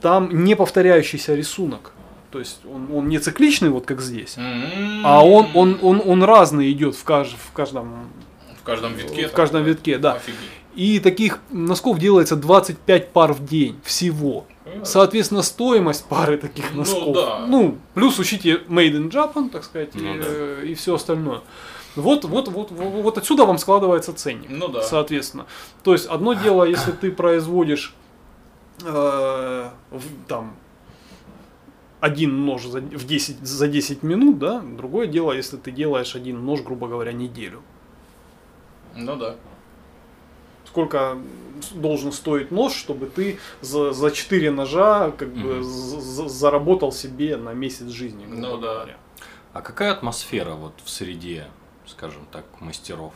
Там не повторяющийся рисунок, то есть он, он не цикличный вот как здесь, М-м-м. а он он он он разный идет в кажд- в каждом В каждом витке. в там, каждом да. витке, да. Офигеть. И таких носков делается 25 пар в день всего. Соответственно, стоимость пары таких Ну носков. да. Ну, плюс учите Made in Japan, так сказать, Ну и, да. э, и все остальное. Вот, вот, вот, вот, вот отсюда вам складывается ценник. Ну да. Соответственно. То есть, одно дело, если ты производишь э, в- там один нож за, в 10, за 10 минут, да, другое дело, если ты делаешь один нож, грубо говоря, неделю. Ну да. сколько с- должен стоить нож, чтобы ты за, за 4 ножа как бы Мгм. за- за- заработал себе на месяц жизни. грубо Ну да. говоря. А какая атмосфера вот в среде, скажем так, мастеров?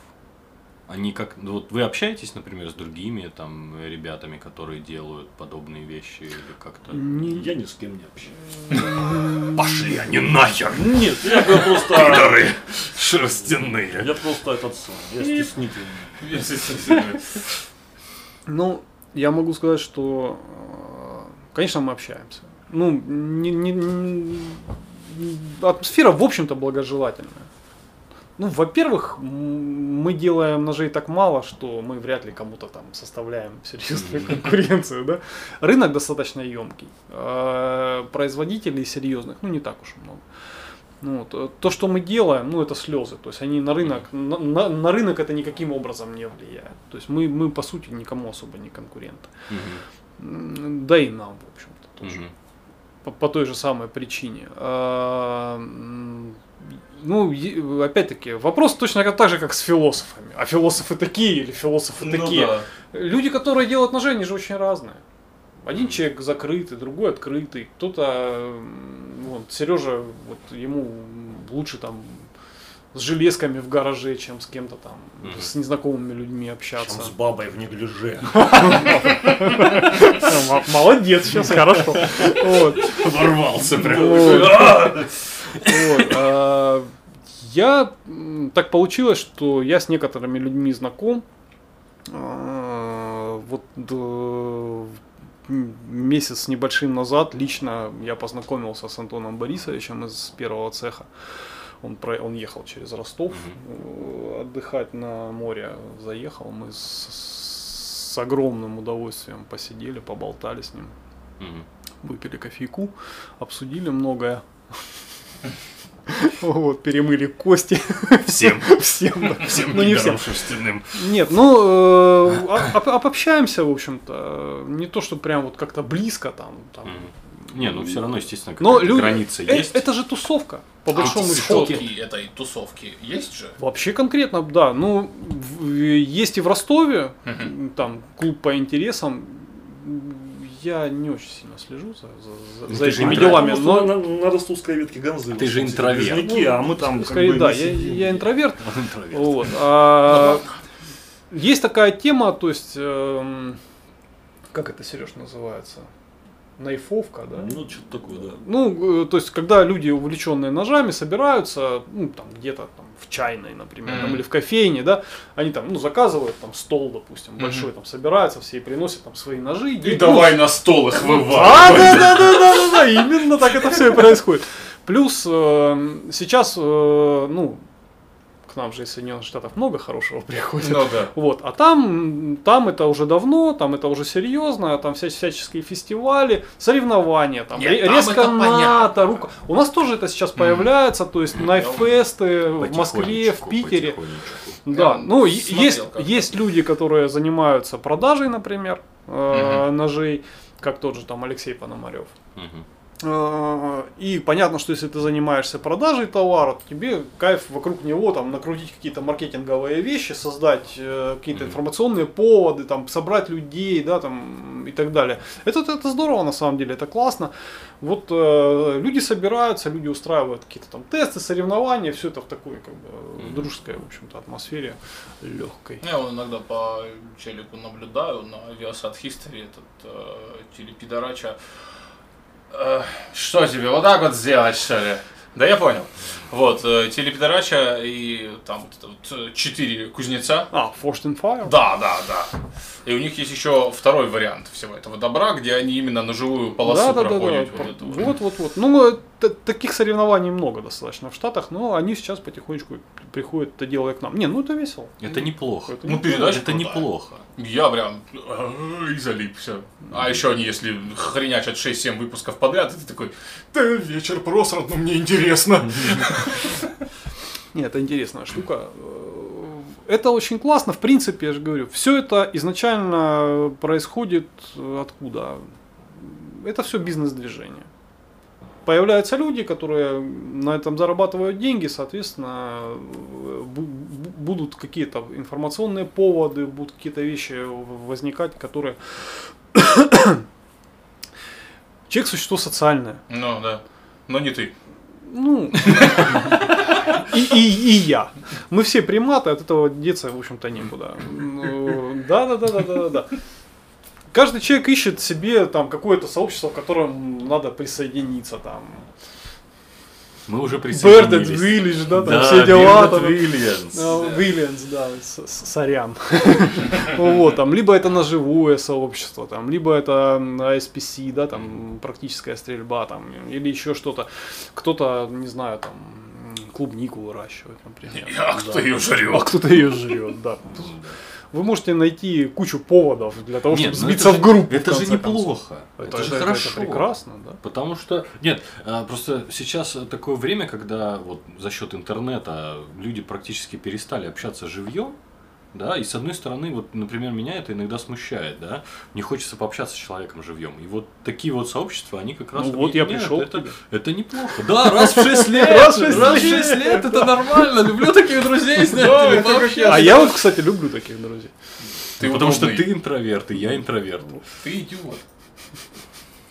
Они как, ну, вот вы общаетесь, например, с другими там ребятами, которые делают подобные вещи или как-то? Не- Я ни с кем не общаюсь. Пошли они нахер, Нет, я бы просто... шерстяные. Я просто этот сам. Я стеснительный. Ну, я могу сказать, что, э, конечно, мы общаемся. Ну, не- не- не- атмосфера, в общем-то, благожелательная. Ну, во-первых, м, мы делаем ножей так мало, что мы вряд ли кому-то там составляем серьезную конкуренцию, да. Рынок достаточно емкий. Э, Производителей серьезных, ну, не так уж и много. Ну, вот, э, то, что мы делаем, ну, это слезы. То есть они на рынок, на, на- на рынок это никаким образом не влияет. То есть мы, мы по сути, никому особо не конкуренты. М, Да и нам, в общем-то, тоже Мгм. по, по той же самой причине. А, м, Ну, е- опять-таки, вопрос точно так же, как с философами. А философы такие или философы Ну такие? да. Люди, которые делают ножи, они же очень разные. Один человек закрытый, другой открытый. Кто-то, м, вот, Сережа, вот ему лучше там с железками в гараже, чем с кем-то там, Мгм. с незнакомыми людьми общаться. Чем с бабой в неглиже. М- Молодец, сейчас хорошо. Вот. Ворвался прям. Вот. Вот, а, Я м, так получилось, что я с некоторыми людьми знаком. А, Вот э, м, месяц с небольшим назад лично я познакомился с Антоном Борисовичем из первого цеха. Он, про, он ехал через Ростов э, отдыхать на море. Заехал, мы с, с огромным удовольствием посидели, поболтали с ним Мгм. выпили кофейку, обсудили многое. Вот, перемыли кости Всем. всем. да. Всем Ну, не лидерам всем. шерстяным. Нет, ну, э, а- об- об- общаемся, в общем-то. Не то, что прям вот как-то близко там. там. Мгм. Не, ну все равно, естественно, Но какая-то люди... граница э, есть. Это же тусовка, по большому счету. А Тусовки этой тусовки есть же? Вообще конкретно, да. Ну, в- есть и в Ростове, Мгм. м, там, клуб по интересам. Я не очень сильно слежу за, за- за- Ну, за ты же этими интроверт. делами. Потому что но- на, на ростовской ветке Ганзы. Ты же вот эти интроверт. близнеки, а мы там как Скорее, бы да, не я, сидим. я интроверт. Он интроверт. Вот. а, есть такая тема, то есть, эм, как это, Сереж, называется? Найфовка, да? Ну, что-то такое, да. Ну, э, то есть, когда люди, увлеченные ножами, собираются, ну, там, где-то там в чайной, например, там, Мгм. или в кофейне, да, они там, ну, заказывают там стол, допустим, большой, там, собираются все и приносят там свои ножи. И дерут. давай на стол их А, вываливай. да, да, да, да, да, да, именно так это все и происходит. Плюс э, сейчас, э, ну, к нам же из Соединенных Штатов много хорошего приходит. Ну да. Вот, а там, там это уже давно, там это уже серьезно, там вся- всяческие фестивали, соревнования, там, Нет, ре- там резко это понятно. рука. У нас тоже это сейчас появляется, то есть найфесты в Потихонечку, Москве, в Питере. потихонечку. Да, Я ну е- смотрел есть, как-то. есть люди, которые занимаются продажей, например, э, ножей, как тот же там Алексей Пономарев. Мгм. Э, И понятно, что если ты занимаешься продажей товара, то тебе кайф вокруг него там накрутить какие-то маркетинговые вещи, создать э, какие-то Мгм. информационные поводы, там собрать людей, да, там и так далее. Это, это здорово на самом деле, это классно. Вот э, люди собираются, люди устраивают какие-то там тесты, соревнования, все это в такой как бы Мгм. дружеской, в общем-то, атмосфере легкой. Я вот иногда по челику наблюдаю на Viasat History, этот э, телепидорача. Э, что тебе, вот так вот сделать, что ли? Да я понял. Вот, э, телепидорача и там вот это вот, э, четыре кузнеца. А, Forged in Fire? Да, да, да. И у них есть еще второй вариант всего этого добра, где они именно на живую полосу проходят. да. вот это вот. Вот, вот, вот. Ну, э, т- таких соревнований много достаточно в Штатах, но они сейчас потихонечку приходят это дело и к нам. Не, ну это весело. Это неплохо. Это Ну, неплохо. передача Это крутая. неплохо. Я прям э, и залипся. А еще они, если хренячат 6-7 выпусков подряд, и ты такой, да вечер просран, но мне интересно. Нет, это интересная штука. Э, Это очень классно, в принципе, я же говорю, все это изначально происходит э, откуда? Это все бизнес-движение. Появляются люди, которые на этом зарабатывают деньги, соответственно, э, бу- бу- будут какие-то информационные поводы, будут какие-то вещи в- возникать, которые... Человек существо социальное. Ну да. Но не ты. Ну. И, и- и я. Мы все приматы, от этого деться, в общем-то, некуда. Ну, Да-да-да-да-да-да. Каждый человек ищет себе там какое-то сообщество, в котором надо присоединиться. Там. Мы уже Birded присоединились. Village, да, там Да, все дела. Birded там. Williams. А, Williams, да, с- с- сорян. Вот, там, либо это ножевое сообщество, там, либо это м, SPC, да, там, практическая стрельба, там, или еще что-то. Кто-то, не знаю, там, м, клубнику выращивает, например. А кто ее А жрет? кто-то ее жрет, да. Вы можете найти кучу поводов для того, чтобы Нет, ну сбиться это в же- группу. Это в же конце концов. неплохо. Это, Это же это- это хорошо. прекрасно, да. Потому что, нет, а, просто сейчас такое время, когда вот за счет интернета люди практически перестали общаться живьем, да, и с одной стороны, вот, например, меня это иногда смущает, да, мне хочется пообщаться с человеком живьем. И вот такие вот сообщества, они как раз... Ну вот я объединяют. пришел к это, тебе. это неплохо. Да, раз в 6 лет, Раз раз в в шесть 6 лет, это нормально, люблю таких друзей, знаете, ли, пообщаться. А я вот, кстати, люблю таких друзей. Ну, Ты Потому что удобный. ты интроверт, и я интроверт. Ты идиот.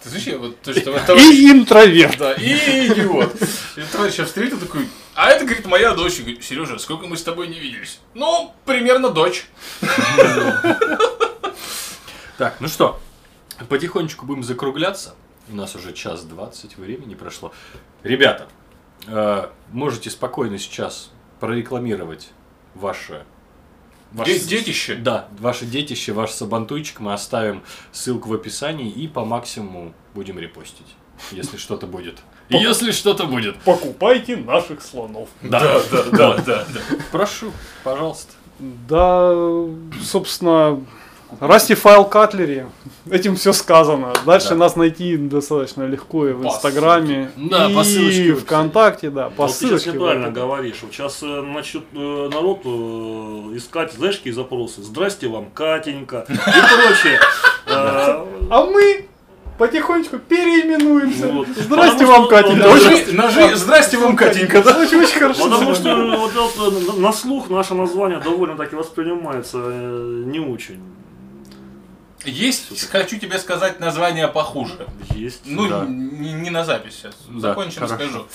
Ты знаешь, я вот то, что товарищ... И интроверт. Да, и идиот. И товарищ я встретил такой, а это, говорит, моя дочь. Я говорю, Сережа, сколько мы с тобой не виделись? Ну, примерно дочь. Так, ну что, потихонечку будем закругляться. У нас уже час двадцать времени прошло. Ребята, э, можете спокойно сейчас прорекламировать ваше... ваше- Де- Детище. Да, ваше детище, ваш сабантуйчик. Мы оставим ссылку в описании и по максимуму будем репостить. Если что-то будет. Если что-то будет. Покупайте наших слонов. Да, да, да, да. Прошу, пожалуйста. Да, собственно, Расти файл Катлери. Этим все сказано. Дальше Да. нас найти достаточно легко и в По Инстаграме, Да, и по ссылочке в описании. ВКонтакте, да, по Вот ты сейчас ссылочке. в неправильно этом. говоришь. Вот сейчас э, начнет э, народ э, искать зэшки и запросы. Здрасте вам, Катенька и прочее. Э, А мы потихонечку переименуемся. вот. Здрасте Потому вам, что, Катенька. да, Очень- Ножи, ножи, здрасте вам, Катенька. да? Очень очень хорошо. Потому что сказано. э, вот это вот, э, на- на слух наше название довольно-таки воспринимается э, не очень. Есть, хочу тебе сказать название похуже. Есть. Ну, Да. н- не, не на запись сейчас. Да, Закончим, хорошо. скажу.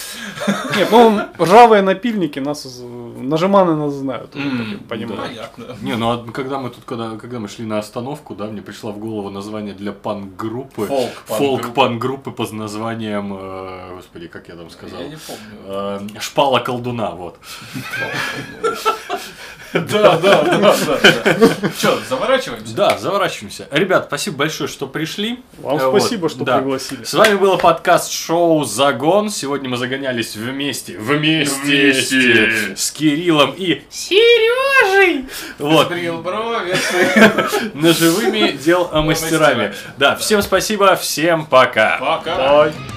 Нет, ну ржавые напильники нас из- нажиманы нас знают. вот М, так я Понимаю. Понятно. Не, ну а когда мы тут, когда, когда мы шли на остановку, да, мне пришла в голову название для панк-группы. Фолк, Фолк панк-группа. пан-группы под названием, э, господи, как я там сказал, Я не помню. Э, Шпала колдуна, вот. Да, да, да, да. Че, заворачиваемся? Да, заворачиваемся. Ребят, спасибо большое, что пришли. Вам Э, спасибо, вот, что да. пригласили. С вами был подкаст шоу Загон. Сегодня мы загонялись вместе, вместе, Вместе. с Кириллом и Сережей! вот Кирилл Брове. ножевыми дел э, мастерами. Мастерами. Да, всем спасибо, всем пока. Пока. Ай.